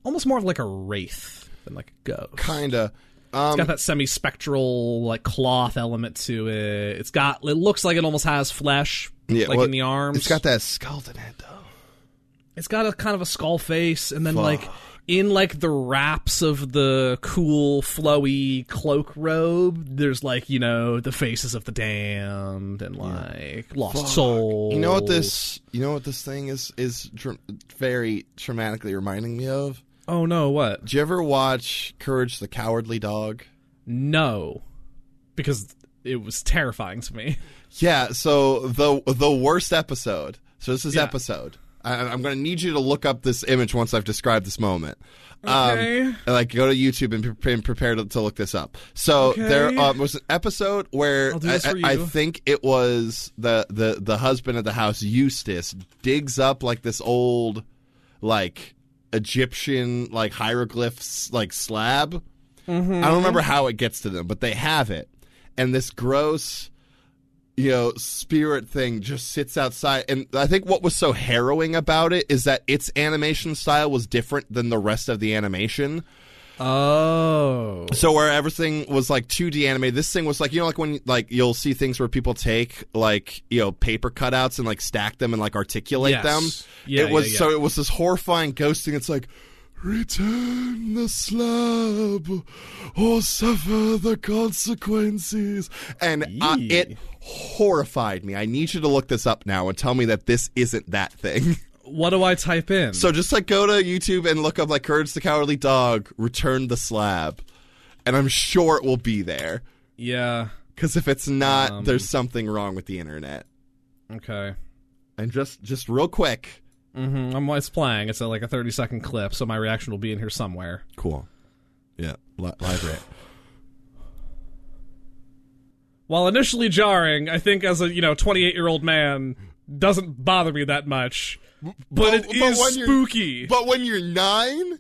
S3: almost more of like a wraith than like a ghost.
S1: Kinda.
S3: It's
S1: Um,
S3: got that semi-spectral like cloth element to it. It's got it looks like it almost has flesh
S1: yeah,
S3: like
S1: well,
S3: in the arms.
S1: It's got that skull in it, though.
S3: It's got a kind of a skull face and then like in like the wraps of the cool flowy cloak robe, there's like, you know, the faces of the damned and like lost souls.
S1: You know what this? You know what this thing is is dr- very traumatically reminding me of.
S3: Oh no, what?
S1: Did you ever watch Courage the Cowardly Dog?
S3: No, because it was terrifying to me.
S1: Yeah, so the the worst episode. So this is
S3: Yeah.
S1: episode. I, I'm going to need you to look up this image once I've described this moment.
S3: Okay.
S1: Um, and, like go to YouTube and, pre- and prepare to, to look this up. So there
S3: Okay.
S1: um, was an episode where
S3: I'll do
S1: I,
S3: this for
S1: I- I
S3: you.
S1: think it was the, the the husband of the house Eustace digs up like this old like Egyptian like hieroglyphs like slab.
S3: Mm-hmm.
S1: I don't remember how it gets to them, but they have it. And this gross, you know, spirit thing just sits outside. And I think what was so harrowing about it is that its animation style was different than the rest of the animation.
S3: Oh.
S1: So where everything was like 2D animated, this thing was like you know like when like you'll see things where people take like you know paper cutouts and like stack them and like articulate
S3: Yes.
S1: them.
S3: Yeah,
S1: it was
S3: yeah, yeah.
S1: so it was this horrifying ghosting. It's like return the slab or suffer the consequences, and uh,
S3: Yee.
S1: it horrified me. I need you to look this up now and tell me that this isn't that thing.
S3: What do I type in?
S1: So just like go to YouTube and look up like Courage the Cowardly Dog, Return the Slab, and I'm sure it will be there.
S3: yeah.
S1: Because if it's not, there's something wrong with the internet.
S3: Okay.
S1: And just just real quick,
S3: hmm I'm it's playing. It's a, like a 30 second clip, so my reaction will be in here somewhere.
S1: cool. Yeah, li- library.
S3: While initially jarring, I think as a you know 28 year old man doesn't bother me that much. But, it is
S1: you're-
S3: spooky.
S1: But when you're nine,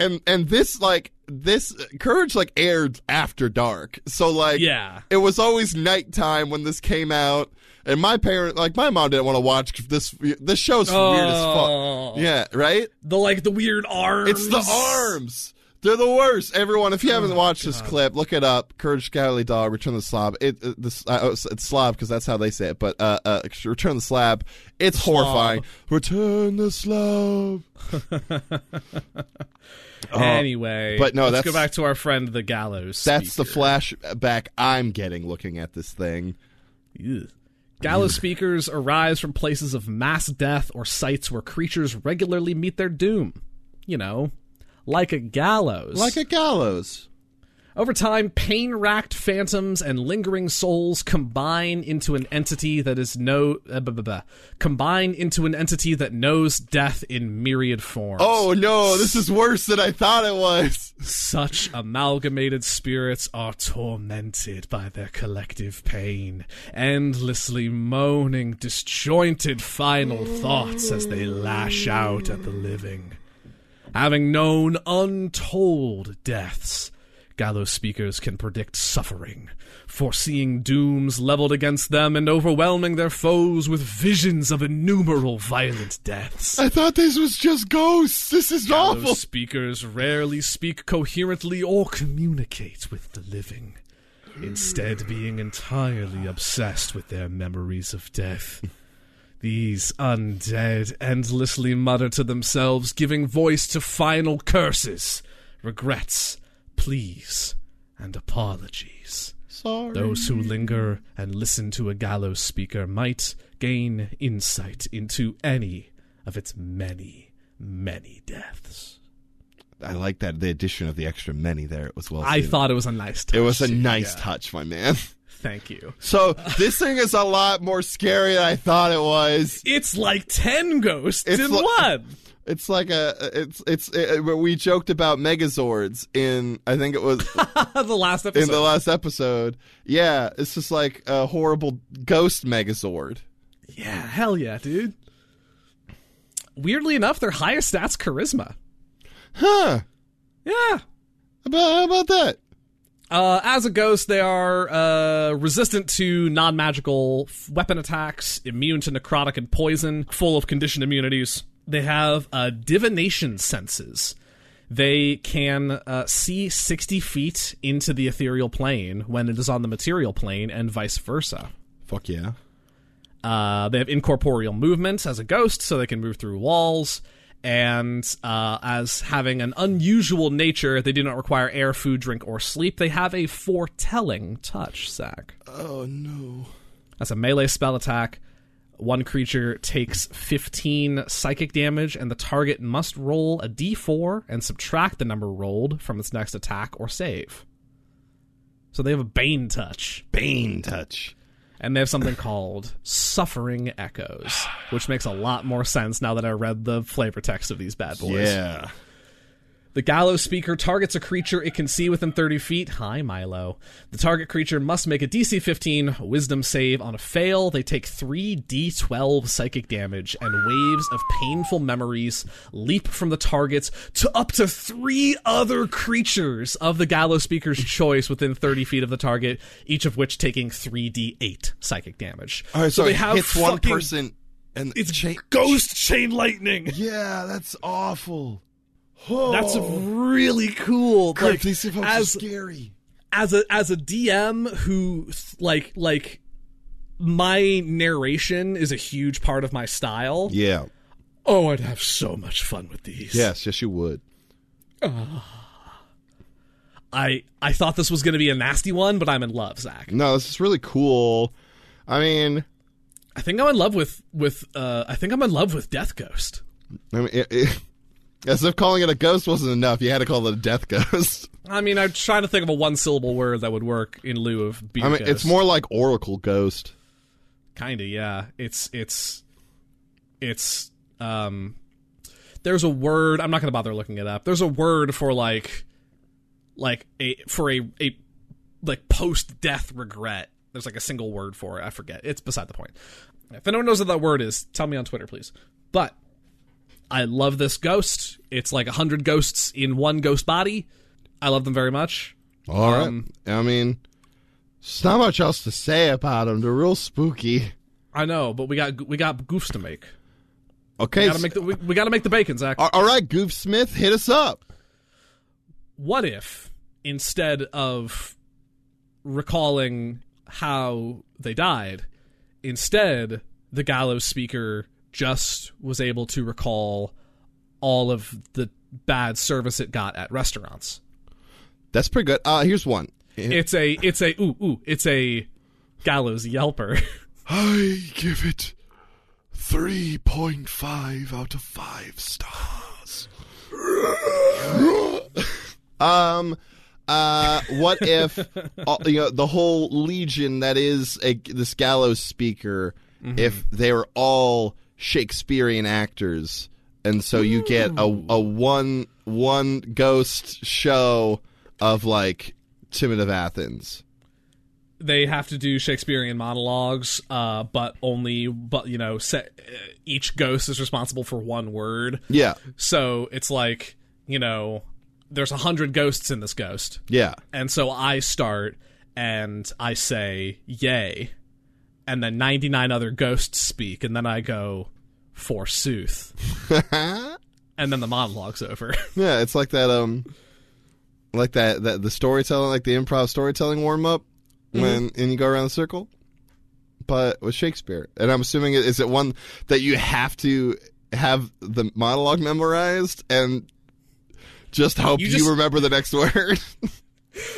S1: and and this like this Courage like aired after dark, so like
S3: Yeah.
S1: it was always nighttime when this came out. And my parent, like my mom, didn't want to watch this. This show's weird as
S3: Oh.
S1: fuck. Yeah, right.
S3: the like the weird arms.
S1: It's the arms. They're the worst. Everyone, if you haven't watched this clip, look it up. Courage Cowardly Dog, Return the Slob. It, it this, uh, oh, it's- it's slob because that's how they say it. But uh, uh, Return the Slab. It's horrifying. Return the slob.
S3: anyway,
S1: but no,
S3: let's
S1: that's-
S3: go back to our friend the gallows.
S1: That's the
S3: speaker.
S1: flashback I'm getting looking at this thing.
S3: Ew. Gallows speakers arise from places of mass death or sites where creatures regularly meet their doom. You know, like a gallows.
S1: Like a gallows.
S3: Over time, pain racked phantoms and lingering souls combine into an entity that is no. Uh, blah, blah, blah, combine into an entity that knows death in myriad forms.
S1: Oh no, this is worse than I thought it was.
S3: Such amalgamated spirits are tormented by their collective pain, endlessly moaning disjointed final thoughts as they lash out at the living. Having known untold deaths, gallows speakers can predict suffering, foreseeing dooms leveled against them and overwhelming their foes with visions of innumerable violent deaths.
S1: I thought this was just ghosts. This is awful.
S3: Those speakers rarely speak coherently or communicate with the living, instead, being entirely obsessed with their memories of death. These undead endlessly mutter to themselves, giving voice to final curses, regrets, pleas, and apologies.
S1: Sorry.
S3: Those who linger and listen to a gallows speaker might gain insight into any of its many, many deaths.
S1: I like that the addition of the extra many there. It was well.
S3: I
S1: stated.
S3: thought it was a nice touch.
S1: it was a nice touch, my man.
S3: Thank you.
S1: So this thing is a lot more scary than I thought it was.
S3: It's like 10 ghosts
S1: It's
S3: in
S1: li-
S3: one. [laughs]
S1: It's like a it's it's it, we joked about megazords in I think it [laughs] was
S3: the last episode.
S1: in the last episode. Yeah, it's just like a horrible ghost megazord.
S3: yeah, hell yeah, dude. Weirdly enough, their highest stats charisma.
S1: Huh?
S3: Yeah.
S1: About how about that?
S3: Uh, as a ghost, they are uh, resistant to non magical weapon attacks, immune to necrotic and poison, full of conditioned immunities. They have uh, divination senses. They can uh, see 60 feet into the ethereal plane when it is on the material plane, and vice versa.
S1: Fuck yeah.
S3: Uh, they have incorporeal movement as a ghost, so they can move through walls. And uh, as having an unusual nature, they do not require air, food, drink, or sleep. They have a foretelling touch, Zach.
S1: Oh no.
S3: That's a melee spell attack. One creature takes 15 psychic damage, and the target must roll a d4 and subtract the number rolled from its next attack or save. So they have a Bane touch
S1: Bane touch.
S3: and they have something called Suffering Echoes, which makes a lot more sense now that I read the flavor text of these bad boys.
S1: Yeah.
S3: The gallows speaker targets a creature it can see within 30 feet. Hi, Milo. The target creature must make a DC 15 wisdom save. On a fail, they take 3d12 psychic damage, and waves of painful memories leap from the target to up to three other creatures of the gallows speaker's choice within 30 feet of the target, each of which taking 3d8 psychic damage.
S1: All right, so,
S3: they
S1: it
S3: have
S1: hits one
S3: fucking-
S1: person and
S3: It's
S1: cha-
S3: ghost chain lightning.
S1: Yeah, that's awful. Oh,
S3: That's really cool.
S1: God,
S3: Like,
S1: these folks
S3: as-
S1: are scary.
S3: as a as a DM who th- like like my narration is a huge part of my style.
S1: Yeah.
S3: Oh, I'd have so much fun with these.
S1: Yes, yes, you would.
S3: I I thought this was going to be a nasty one, but I'm in love, Zach.
S1: No, this is really cool. I mean,
S3: I think I'm in love with with uh I think I'm in love with Death Ghost.
S1: I mean, it, it- [laughs] as if calling it a ghost wasn't enough, you had to call it a death [laughs] ghost.
S3: I mean, I'm trying to think of a one syllable word that would work in lieu of beer
S1: I mean,
S3: ghost.
S1: it's more like oracle ghost.
S3: kind of yeah. It's it's it's um there's a word i'm not going to bother looking it up there's a word for like like a for a, a like post death regret there's like a single word for it i forget it's beside the point if anyone knows what that word is tell me on twitter please but i love this ghost it's like a 100 ghosts in one ghost body i love them very much
S1: All right.
S3: Um,
S1: I mean, there's not much else to say about them. They're real spooky.
S3: i know but we got we got goofs to make
S1: Okay.
S3: we gotta make the we, we gotta make the bacon zach
S1: all right, Goof Smith, hit us up.
S3: what if instead of recalling how they died, instead the gallows speaker just was able to recall all of the bad service it got at restaurants.
S1: That's pretty good. Uh, here's one.
S3: It's a it's a ooh ooh it's a gallows yelper. [laughs]
S8: I give it 3.5 out of 5 stars.
S1: [laughs] Um, uh, what if all, you know the whole legion that is a, this gallows speaker?
S8: Mm-hmm.
S1: If they were all Shakespearean actors, and so you get a, a one one ghost show of like Timon of Athens.
S3: they have to do Shakespearean monologues, uh, but only, but you know, se- uh, each ghost is responsible for one word.
S1: Yeah,
S3: So it's like, you know, there's a hundred ghosts in this ghost,
S1: yeah, [laughs]
S3: and so I start and I say "yay," and then 99 other ghosts speak, and then I go "forsooth," and then the monologue's over. [laughs]
S1: yeah. It's like that. Um, like that that the storytelling, like the improv storytelling warm up when and you go around the circle. but with Shakespeare. And I'm assuming it- is it one that you have to have the monologue memorized and just hope
S3: You
S1: you,
S3: just-
S1: remember the next [laughs] word.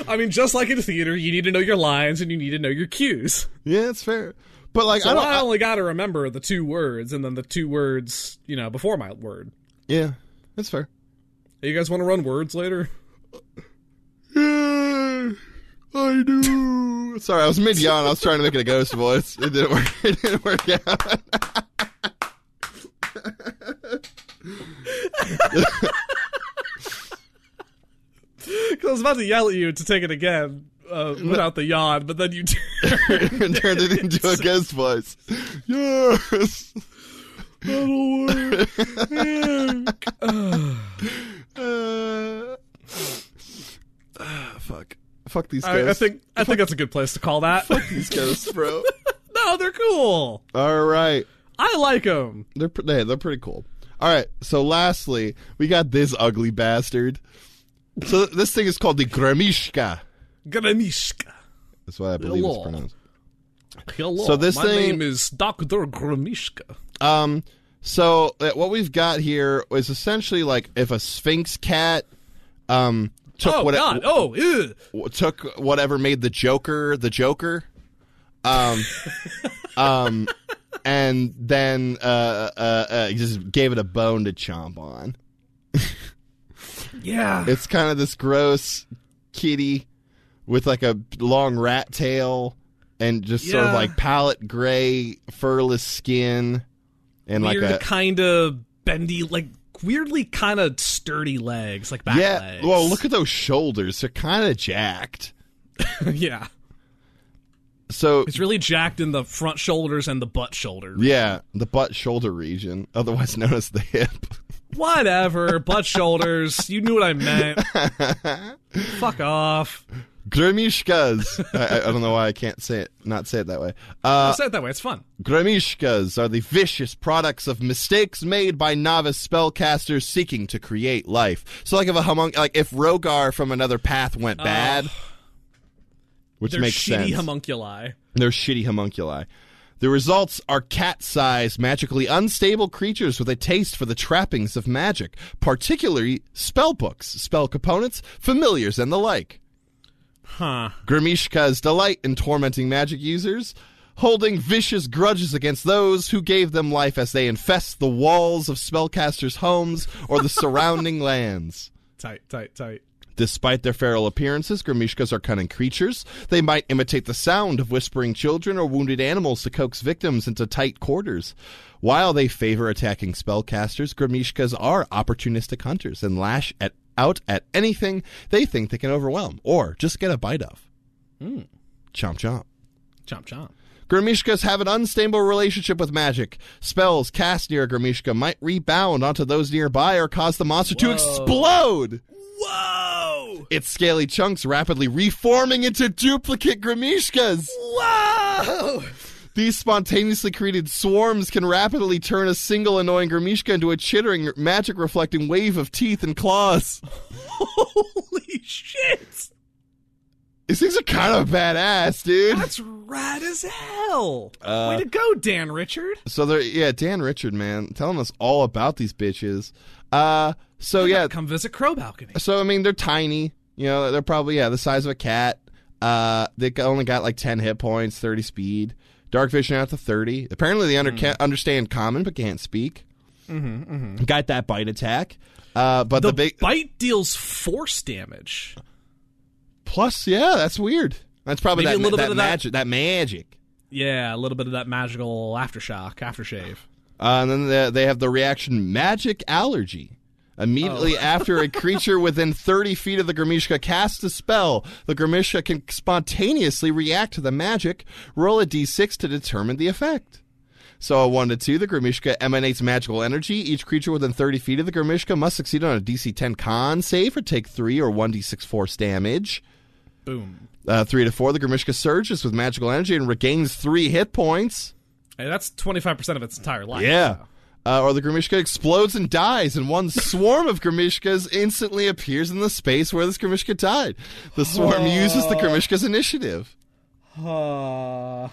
S3: I mean, just like in theater, you need to know your lines and you need to know your cues.
S1: yeah, it's fair. But like
S3: So
S1: I
S3: I,
S1: don't I-
S3: only got to remember the two words and then the two words, you know, before my word.
S1: Yeah. That's fair.
S3: You guys want to run words later? [laughs]
S1: Yeah, I do. Sorry, I was mid yawn. I was trying to make it a ghost voice. It didn't work. [laughs] It didn't work out.
S3: Because I was about to yell at you to take it again uh, without the yawn, but then you. [laughs]
S1: [laughs] and turned it into a ghost voice. Yes. That'll work. uh, ah, fuck. Fuck these
S3: I, I
S1: ghosts.
S3: think I think that's a good place to call that.
S1: these ghosts,
S3: [laughs]
S1: bro.
S3: no, they're cool.
S1: All right.
S3: I like them.
S1: They're pre- hey, they're pretty cool. All right. So lastly, we got this ugly bastard. So this thing is called the Gramishka.
S3: Gramishka.
S1: That's what I believe it's
S3: Hello.
S1: pronounced.
S3: Hello.
S1: So this
S3: my
S1: thing-
S3: name is Doctor Gramishka.
S1: Um, so uh, what we've got here is essentially like if a Sphinx cat um took
S3: Oh
S1: what
S3: God! Oh, ew.
S1: w- took whatever made the Joker the Joker,
S3: [laughs]
S1: um, um, and then uh, uh, uh, just gave it a bone to chomp on.
S3: yeah.
S1: It's kind of this gross kitty with like a long rat tail and just sort of
S3: Yeah.
S1: like palette gray furless skin and
S3: Weird
S1: like a
S3: kind of bendy, like weirdly kind of sturdy legs, like back
S1: yeah.
S3: legs.
S1: Well, look at those shoulders; they're kind of jacked.
S3: [laughs] yeah.
S1: So
S3: It's really jacked in the front shoulders and the butt shoulder.
S1: yeah, the butt shoulder region, otherwise known as the hip. [laughs]
S3: Whatever, butt shoulders. You knew what I meant. Fuck off.
S1: Uh, Gromishkas. I, I don't know why I can't say it, not say it that way. Uh,
S3: I said it that way. It's fun.
S1: Gromishkas are the vicious products of mistakes made by novice spellcasters seeking to create life. So, like if a humong, like if Rogar from another path went bad, which
S3: They're
S1: makes
S3: shitty
S1: sense.
S3: homunculi.
S1: They're shitty homunculi. The results are cat sized, magically unstable creatures with a taste for the trappings of magic, particularly spellbooks, spell components, familiars, and the like.
S3: Huh.
S1: Grimishka's delight in tormenting magic users, holding vicious grudges against those who gave them life as they infest the walls of spellcasters' homes or the surrounding [laughs] lands.
S3: Tight, tight, tight.
S1: Despite their feral appearances, Grimishkas are cunning creatures. They might imitate the sound of whispering children or wounded animals to coax victims into tight quarters. While they favor attacking spellcasters, Grimishkas are opportunistic hunters and lash at, out at anything they think they can overwhelm or just get a bite of. Chomp chomp.
S3: Chomp chomp.
S1: Grimishkas have an unstable relationship with magic. Spells cast near a Grimishka might rebound onto those nearby or cause the monster to
S3: Whoa.
S1: explode
S3: Whoa!
S1: its scaly chunks rapidly reforming into duplicate Grimishkas.
S3: Whoa!
S1: These spontaneously created swarms can rapidly turn a single annoying Grimishka into a chittering, magic reflecting wave of teeth and claws.
S3: Holy shit!
S1: These things are kind of badass, dude.
S3: That's rad as hell.
S1: Uh,
S3: Way to go, Dan Richard.
S1: So they're, yeah, Dan Richard, man, telling us all about these bitches. Uh, so yeah,
S3: Come visit Crow Balcony.
S1: so I mean, they're tiny. You know, they're probably yeah the size of a got, uh, they got- only got like ten hit points, thirty speed, Dark Vision out to 30. Apparently, they
S3: Hmm.
S1: under- ca- understand common but can't speak. Mm-hmm, Got that bite attack. Uh, but the,
S3: The,
S1: big
S3: bite deals force damage.
S1: plus, yeah, that's weird. That's probably
S3: Maybe
S1: that,
S3: a little
S1: ma-
S3: bit
S1: that
S3: of that-
S1: magic. That magic.
S3: Yeah, a little bit of that magical aftershock, aftershave.
S1: Uh, and then the, they have the reaction magic allergy. Immediately after a creature within 30 feet of the Gramishka casts a spell, the Gramishka can spontaneously react to the magic. Roll a d6 to determine the effect. So a 1 to 2, the Gramishka emanates magical energy. Each creature within 30 feet of the Gramishka must succeed on a DC 10 con save or take 3 or 1d6 force damage.
S3: Boom.
S1: Uh, 3 to 4, the Gramishka surges with magical energy and regains 3 hit points.
S3: Hey, that's 25% of its entire life.
S1: Yeah. Uh, or the Grimishka explodes and dies, and one swarm of Grimishkas instantly appears in the space where this Grimishka died. The swarm uses the Grimishka's initiative.
S3: Uh,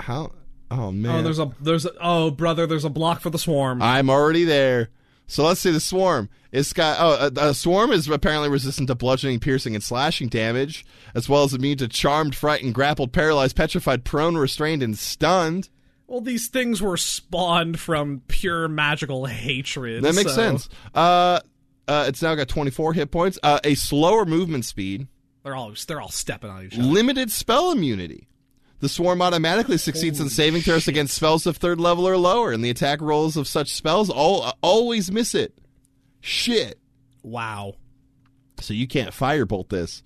S1: How? Oh
S3: oh,
S1: man,
S3: there's a there's a, oh brother, there's a block for the swarm.
S1: I'm already there. So let's see the swarm. It's got oh, a, a swarm is apparently resistant to bludgeoning, piercing, and slashing damage, as well as immune to charmed, frightened, grappled, paralyzed, petrified, prone, restrained, and stunned.
S3: well, these things were spawned from pure magical hatred.
S1: That makes
S3: so-
S1: sense. Uh, uh, it's now got 24 hit points, uh, a slower movement speed.
S3: They're all they're all stepping on each other.
S1: limited spell immunity. The swarm automatically succeeds in saving throws against spells of third level or lower, and the attack rolls of such spells all, always miss it. Shit.
S3: Wow.
S1: So you can't firebolt this.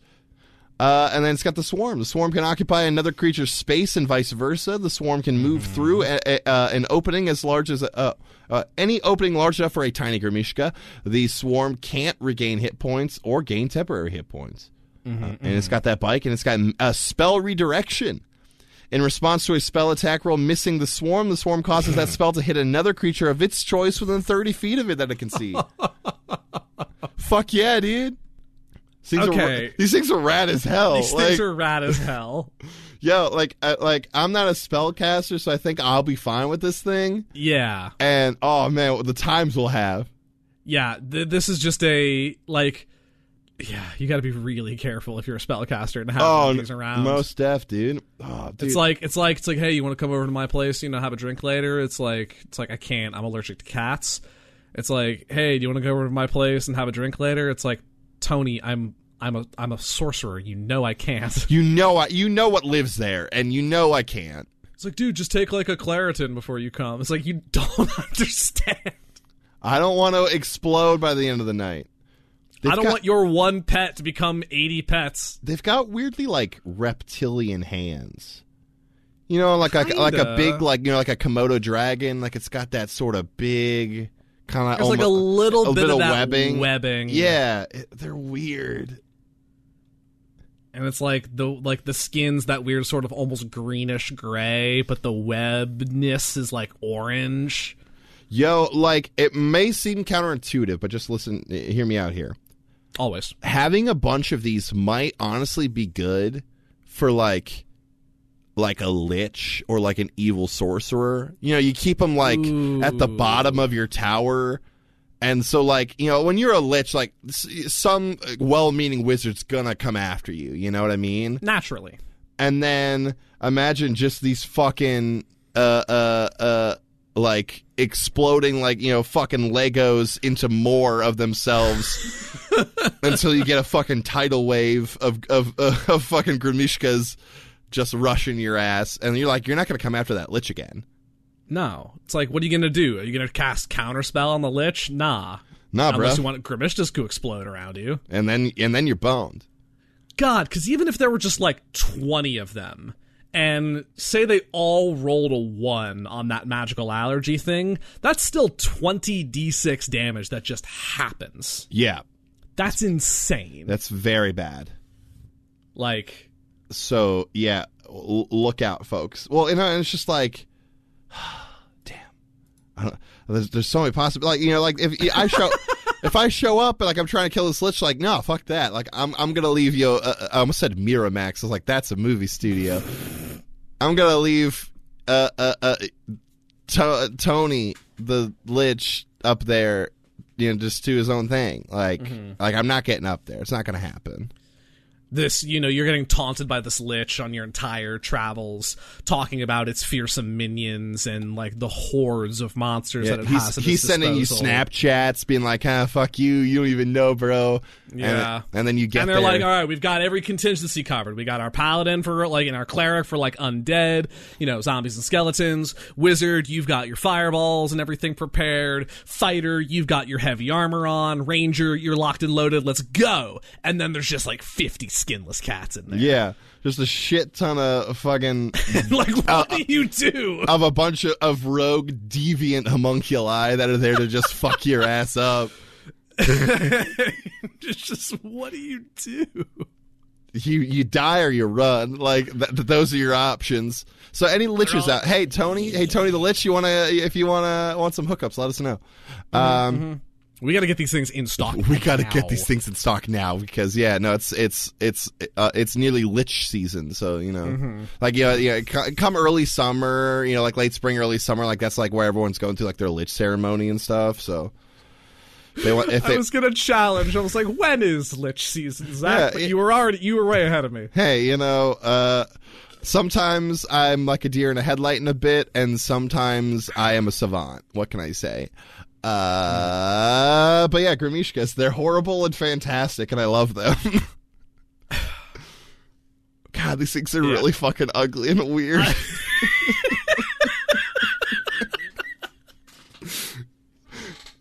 S1: Uh, and then it's got the swarm. The swarm can occupy another creature's space and vice versa. The swarm can move through a, a, uh, an opening as large as a, uh, uh, any opening large enough for a tiny Grimishka. The swarm can't regain hit points or gain temporary hit points. Uh, and it's got that bike, and it's got a spell redirection. In response to a spell attack roll missing the swarm, the swarm causes that spell to hit another creature of its choice within 30 feet of it that it can see. Fuck yeah, dude. These things,
S3: Okay.
S1: are, these things are rad as hell.
S3: These
S1: Oh, like,
S3: things are rad as hell.
S1: yo, like, I, like I'm not a spellcaster, so I think I'll be fine with this thing.
S3: [laughs] yeah.
S1: And oh man, the times we'll have.
S3: Yeah, th- this is just a like yeah, you got to be really careful if you're a spellcaster and how
S1: Oh,
S3: these around.
S1: most deaf, dude. Oh, dude.
S3: It's like it's like it's like hey, you want to come over to my place, you know, have a drink later? It's like it's like I can't. I'm allergic to cats. It's like, hey, do you want to go over to my place and have a drink later? It's like, Tony, I'm I'm a I'm a sorcerer. You know I can't. [laughs]
S1: you know, I, you know what lives there, and you know I can't.
S3: It's like, dude, just take like a Claritin before you come. It's like you [laughs] don't understand.
S1: I don't want to explode by the end of the night. They've
S3: I don't
S1: got-
S3: want your one pet to become 80 pets.
S1: they've got weirdly like reptilian hands. You know, like a, like a
S3: Kinda.
S1: big like you know like a komodo dragon. Like it's got that sort of big kind of
S3: There's like a little bit,
S1: of
S3: of that
S1: webbing.
S3: webbing.
S1: Yeah, it- they're weird.
S3: and it's like the like the skin's that weird sort of almost greenish gray, but the webness is like orange.
S1: Yo, like it may seem counterintuitive, but just listen, hear me out here.
S3: Always.
S1: having a bunch of these might honestly be good for like like a lich or like an evil sorcerer. You know, you keep them like at the bottom of your tower. And so like, you know, when you're a lich like s- some uh, well-meaning wizard's gonna come after you, you know what I mean?
S3: Naturally.
S1: and then imagine just these fucking uh uh uh like exploding like you know fucking legos into more of themselves
S3: [laughs]
S1: until you get a fucking tidal wave of of uh, of fucking grimishkas just rushing your ass and you're like you're not going to come after that lich again
S3: No. It's like, what are you gonna do? Are you gonna cast counterspell on the lich? Nah.
S1: nah bro
S3: Unless you want Grimishtas to explode around you.
S1: and then and then you're boned
S3: God, because even if there were just like 20 of them, and say they all rolled a 1 on that magical allergy thing, that's still 20 d6 damage that just happens.
S1: yeah
S3: That's insane.
S1: that's very bad
S3: like,
S1: so yeah l- look out folks well you know and it's just like [sighs] damn I don't, there's, there's so many possible like you know like if i show if i show up and like i'm trying to kill this lich like no fuck that like i'm, I'm gonna leave you uh, i almost said miramax i was like that's a movie studio i'm gonna leave uh uh, uh to- uh, tony the lich up there you know just to his own thing like like i'm not getting up there it's not gonna happen
S3: this you know you're getting taunted by this lich on your entire travels talking about its fearsome minions and like the hordes of monsters
S1: Yeah,
S3: that it
S1: he's
S3: has at
S1: he's
S3: its
S1: sending you
S3: disposal.
S1: Snapchats, being like, "Huh, fuck you, you don't even know, bro." And-
S3: Yeah.
S1: and, then you get
S3: and they're
S1: there.
S3: like, all right, we've got every contingency covered. We got our paladin for like and our cleric for like undead, you know, zombies and skeletons. Wizard, you've got your fireballs and everything prepared. Fighter, you've got your heavy armor on. Ranger, you're locked and loaded. Let's go. And then there's just like 50 skinless cats in there.
S1: yeah, just a shit ton of
S3: [laughs]
S1: fucking
S3: like, what
S1: Uh,
S3: do
S1: [laughs]
S3: you do?
S1: of a bunch of, of rogue deviant homunculi that are there to
S3: [laughs]
S1: just fuck your ass up.
S3: it's just what do you do?
S1: You you die or you run. Like th- th- those are your options. So any liches out? Hey Tony, hey Tony the lich. You wanna if you wanna want some hookups, let us know. um,
S3: We got to get these things in stock.
S1: [laughs] we
S3: right
S1: got to
S3: now.
S1: get these things in stock now because yeah, no, it's it's it's uh, it's nearly lich season, so you know,
S3: Mm-hmm.
S1: like yeah, yeah, c- come early summer, you know, like late spring, early summer, like that's like where everyone's going to like their lich ceremony and stuff. So they want if
S3: [laughs] I
S1: they.
S3: was gonna challenge. I was like, "When is Lich season, Zach?"
S1: Yeah,
S3: but
S1: it-
S3: you were already you were way ahead of me.
S1: Hey, you know, uh, sometimes I'm like a deer in a headlight in a bit, and sometimes I am a savant. What can I say? Uh, but yeah, Grimishkas, they're horrible and fantastic, and I love them. [laughs] God, these things are really fucking ugly and weird.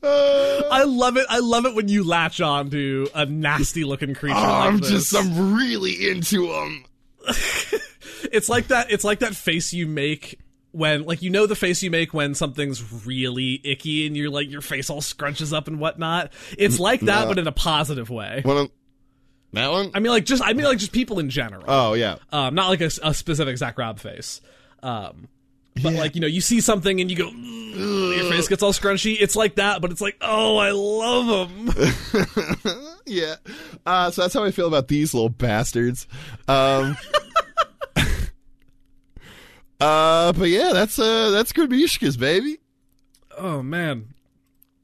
S3: I love it. I love it when you latch on to a nasty looking creature.
S1: Oh, [laughs]
S3: like
S1: I'm
S3: this.
S1: just, I'm really into them.
S3: It's like that. It's like that face you make when, like, you know, the face you make when something's really icky, and you're like, your face all scrunches up and whatnot.
S1: Mm,
S3: It's like that, but in a positive way.
S1: One of- that one?
S3: I mean, like, just I mean, like, just people in general.
S1: oh, yeah.
S3: um, not like a, a specific Zach Robb face. Um, but like you know, you see something and you go, "Ugh," your face gets all scrunchy. It's like that, but it's like, oh, I love him. [laughs]
S1: yeah. Uh, so that's how I feel about these little bastards. Um, [laughs] uh, but yeah, that's uh, that's Grabishkas, baby.
S3: oh man,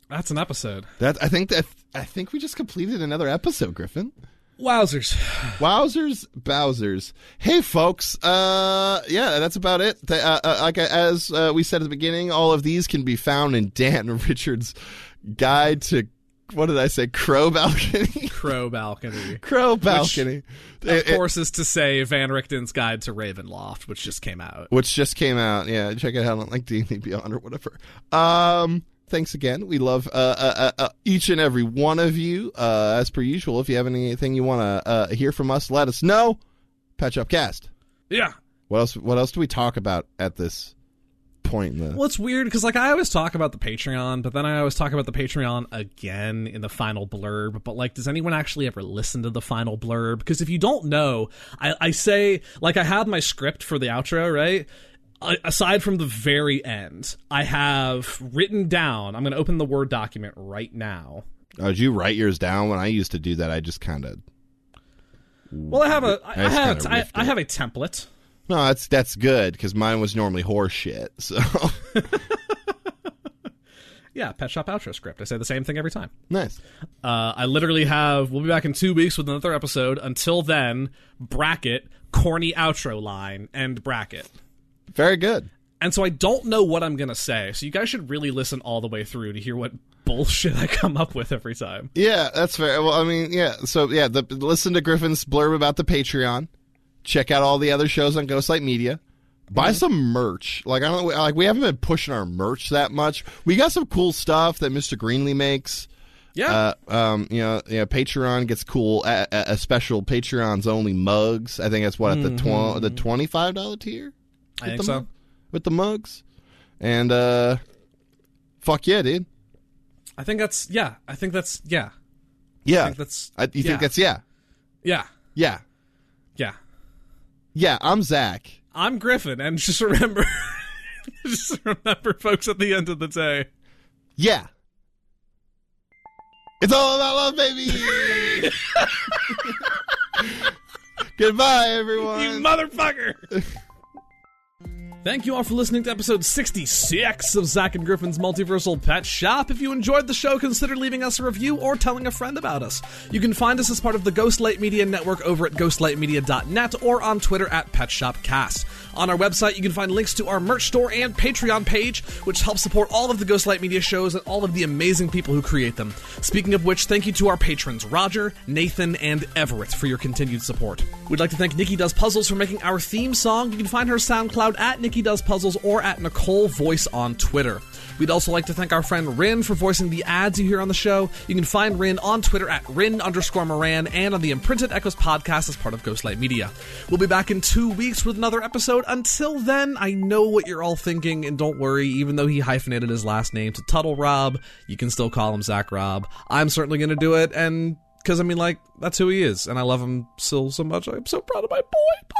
S3: that's an episode.
S1: That I think that I think we just completed another episode, Griffin.
S3: Wowzers!
S1: Wowzers, Bowzers. Hey, folks. Uh, yeah, that's about it. The, uh, uh, like uh, as uh, we said at the beginning, all of these can be found in Dan [laughs] Richards' guide to what did I say? Crow balcony. [laughs]
S3: Crow balcony.
S1: Crow balcony.
S3: Of course, is to say Van Richten's Guide to Ravenloft, which just came out.
S1: which just came out. Yeah, check it out on like D and D Beyond or whatever. Um, thanks again. We love uh, uh, uh, uh, each and every one of you. Uh, as per usual, if you have anything you want to uh, hear from us, let us know. Patch up cast.
S3: Yeah.
S1: What else? What else do we talk about at this point? In the
S3: Well, it's weird because like I always talk about the Patreon, but then I always talk about the Patreon again in the final blurb. But like, does anyone actually ever listen to the final blurb? Because if you don't know, I, I say like I have my script for the outro, right? A- aside from the very end, I have written down. I'm going to open the Word document right now.
S1: oh, did you write yours down? When I used to do that, I just kind of
S3: Well, I have a I I
S1: That's
S3: have a t-
S1: kinda
S3: I
S1: riffed
S3: I
S1: it.
S3: have a template.
S1: no. That's that's good because mine was normally horse shit. [laughs] So
S3: Yeah, pet shop outro script. I say the same thing every time.
S1: nice.
S3: Uh, I literally have. We'll be back in two weeks with another episode. Until then, bracket corny outro line end bracket.
S1: Very good.
S3: And so I don't know what I'm gonna say. So you guys should really listen all the way through to hear what bullshit I come up with every time.
S1: Yeah, that's fair. Well, I mean, yeah. So yeah, the, listen to Griffin's blurb about the Patreon. Check out all the other shows on Ghostlight Media.
S3: Mm-hmm.
S1: Buy some merch. Like I don't like we haven't been pushing our merch that much. We got some cool stuff that Mr. Greenlee makes.
S3: Yeah,
S1: Uh, um, you know, you know, Patreon gets cool a, a, a special Patreons only mugs. I think that's what at the tw- the twenty five dollar tier
S3: Mm-hmm. I think
S1: the
S3: so.
S1: mug- with the mugs. And uh, fuck yeah, dude.
S3: I think that's yeah. I think that's yeah.
S1: Yeah,
S3: I think that's
S1: Uh, I, you
S3: yeah.
S1: think that's yeah,
S3: yeah,
S1: yeah,
S3: yeah.
S1: yeah. I'm Zach.
S3: I'm Griffin, and [laughs] just remember, just remember, folks. At the end of the day.
S1: Yeah. It's all about love, baby. Goodbye, everyone.
S3: You motherfucker! Thank you all for listening to episode 66 of Zach and Griffin's Multiversal Pet Shop. If you enjoyed the show, consider leaving us a review or telling a friend about us. You can find us as part of the Ghostlight Media Network over at ghostlightmedia.net or on Twitter at PetShopCast. On our website, you can find links to our merch store and Patreon page, which helps support all of the Ghostlight Media shows and all of the amazing people who create them. Speaking of which, thank you to our patrons, Roger, Nathan, and Everett, for your continued support. We'd like to thank Nikki Does Puzzles for making our theme song. You can find her SoundCloud at Nikki Does Puzzles or at Nicole Voice on Twitter. We'd also like to thank our friend Rin for voicing the ads you hear on the show. You can find Rin on Twitter at Rin underscore Moran and on the Imprinted Echoes podcast as part of Ghostlight Media. We'll be back in two weeks with another episode. Until then, I know what you're all thinking, and don't worry, even though he hyphenated his last name to Tuttle Rob, you can still call him Zach Rob. I'm certainly going to do it, and because I mean, like, that's who he is, and I love him still so much. I'm so proud of my boy. Bye.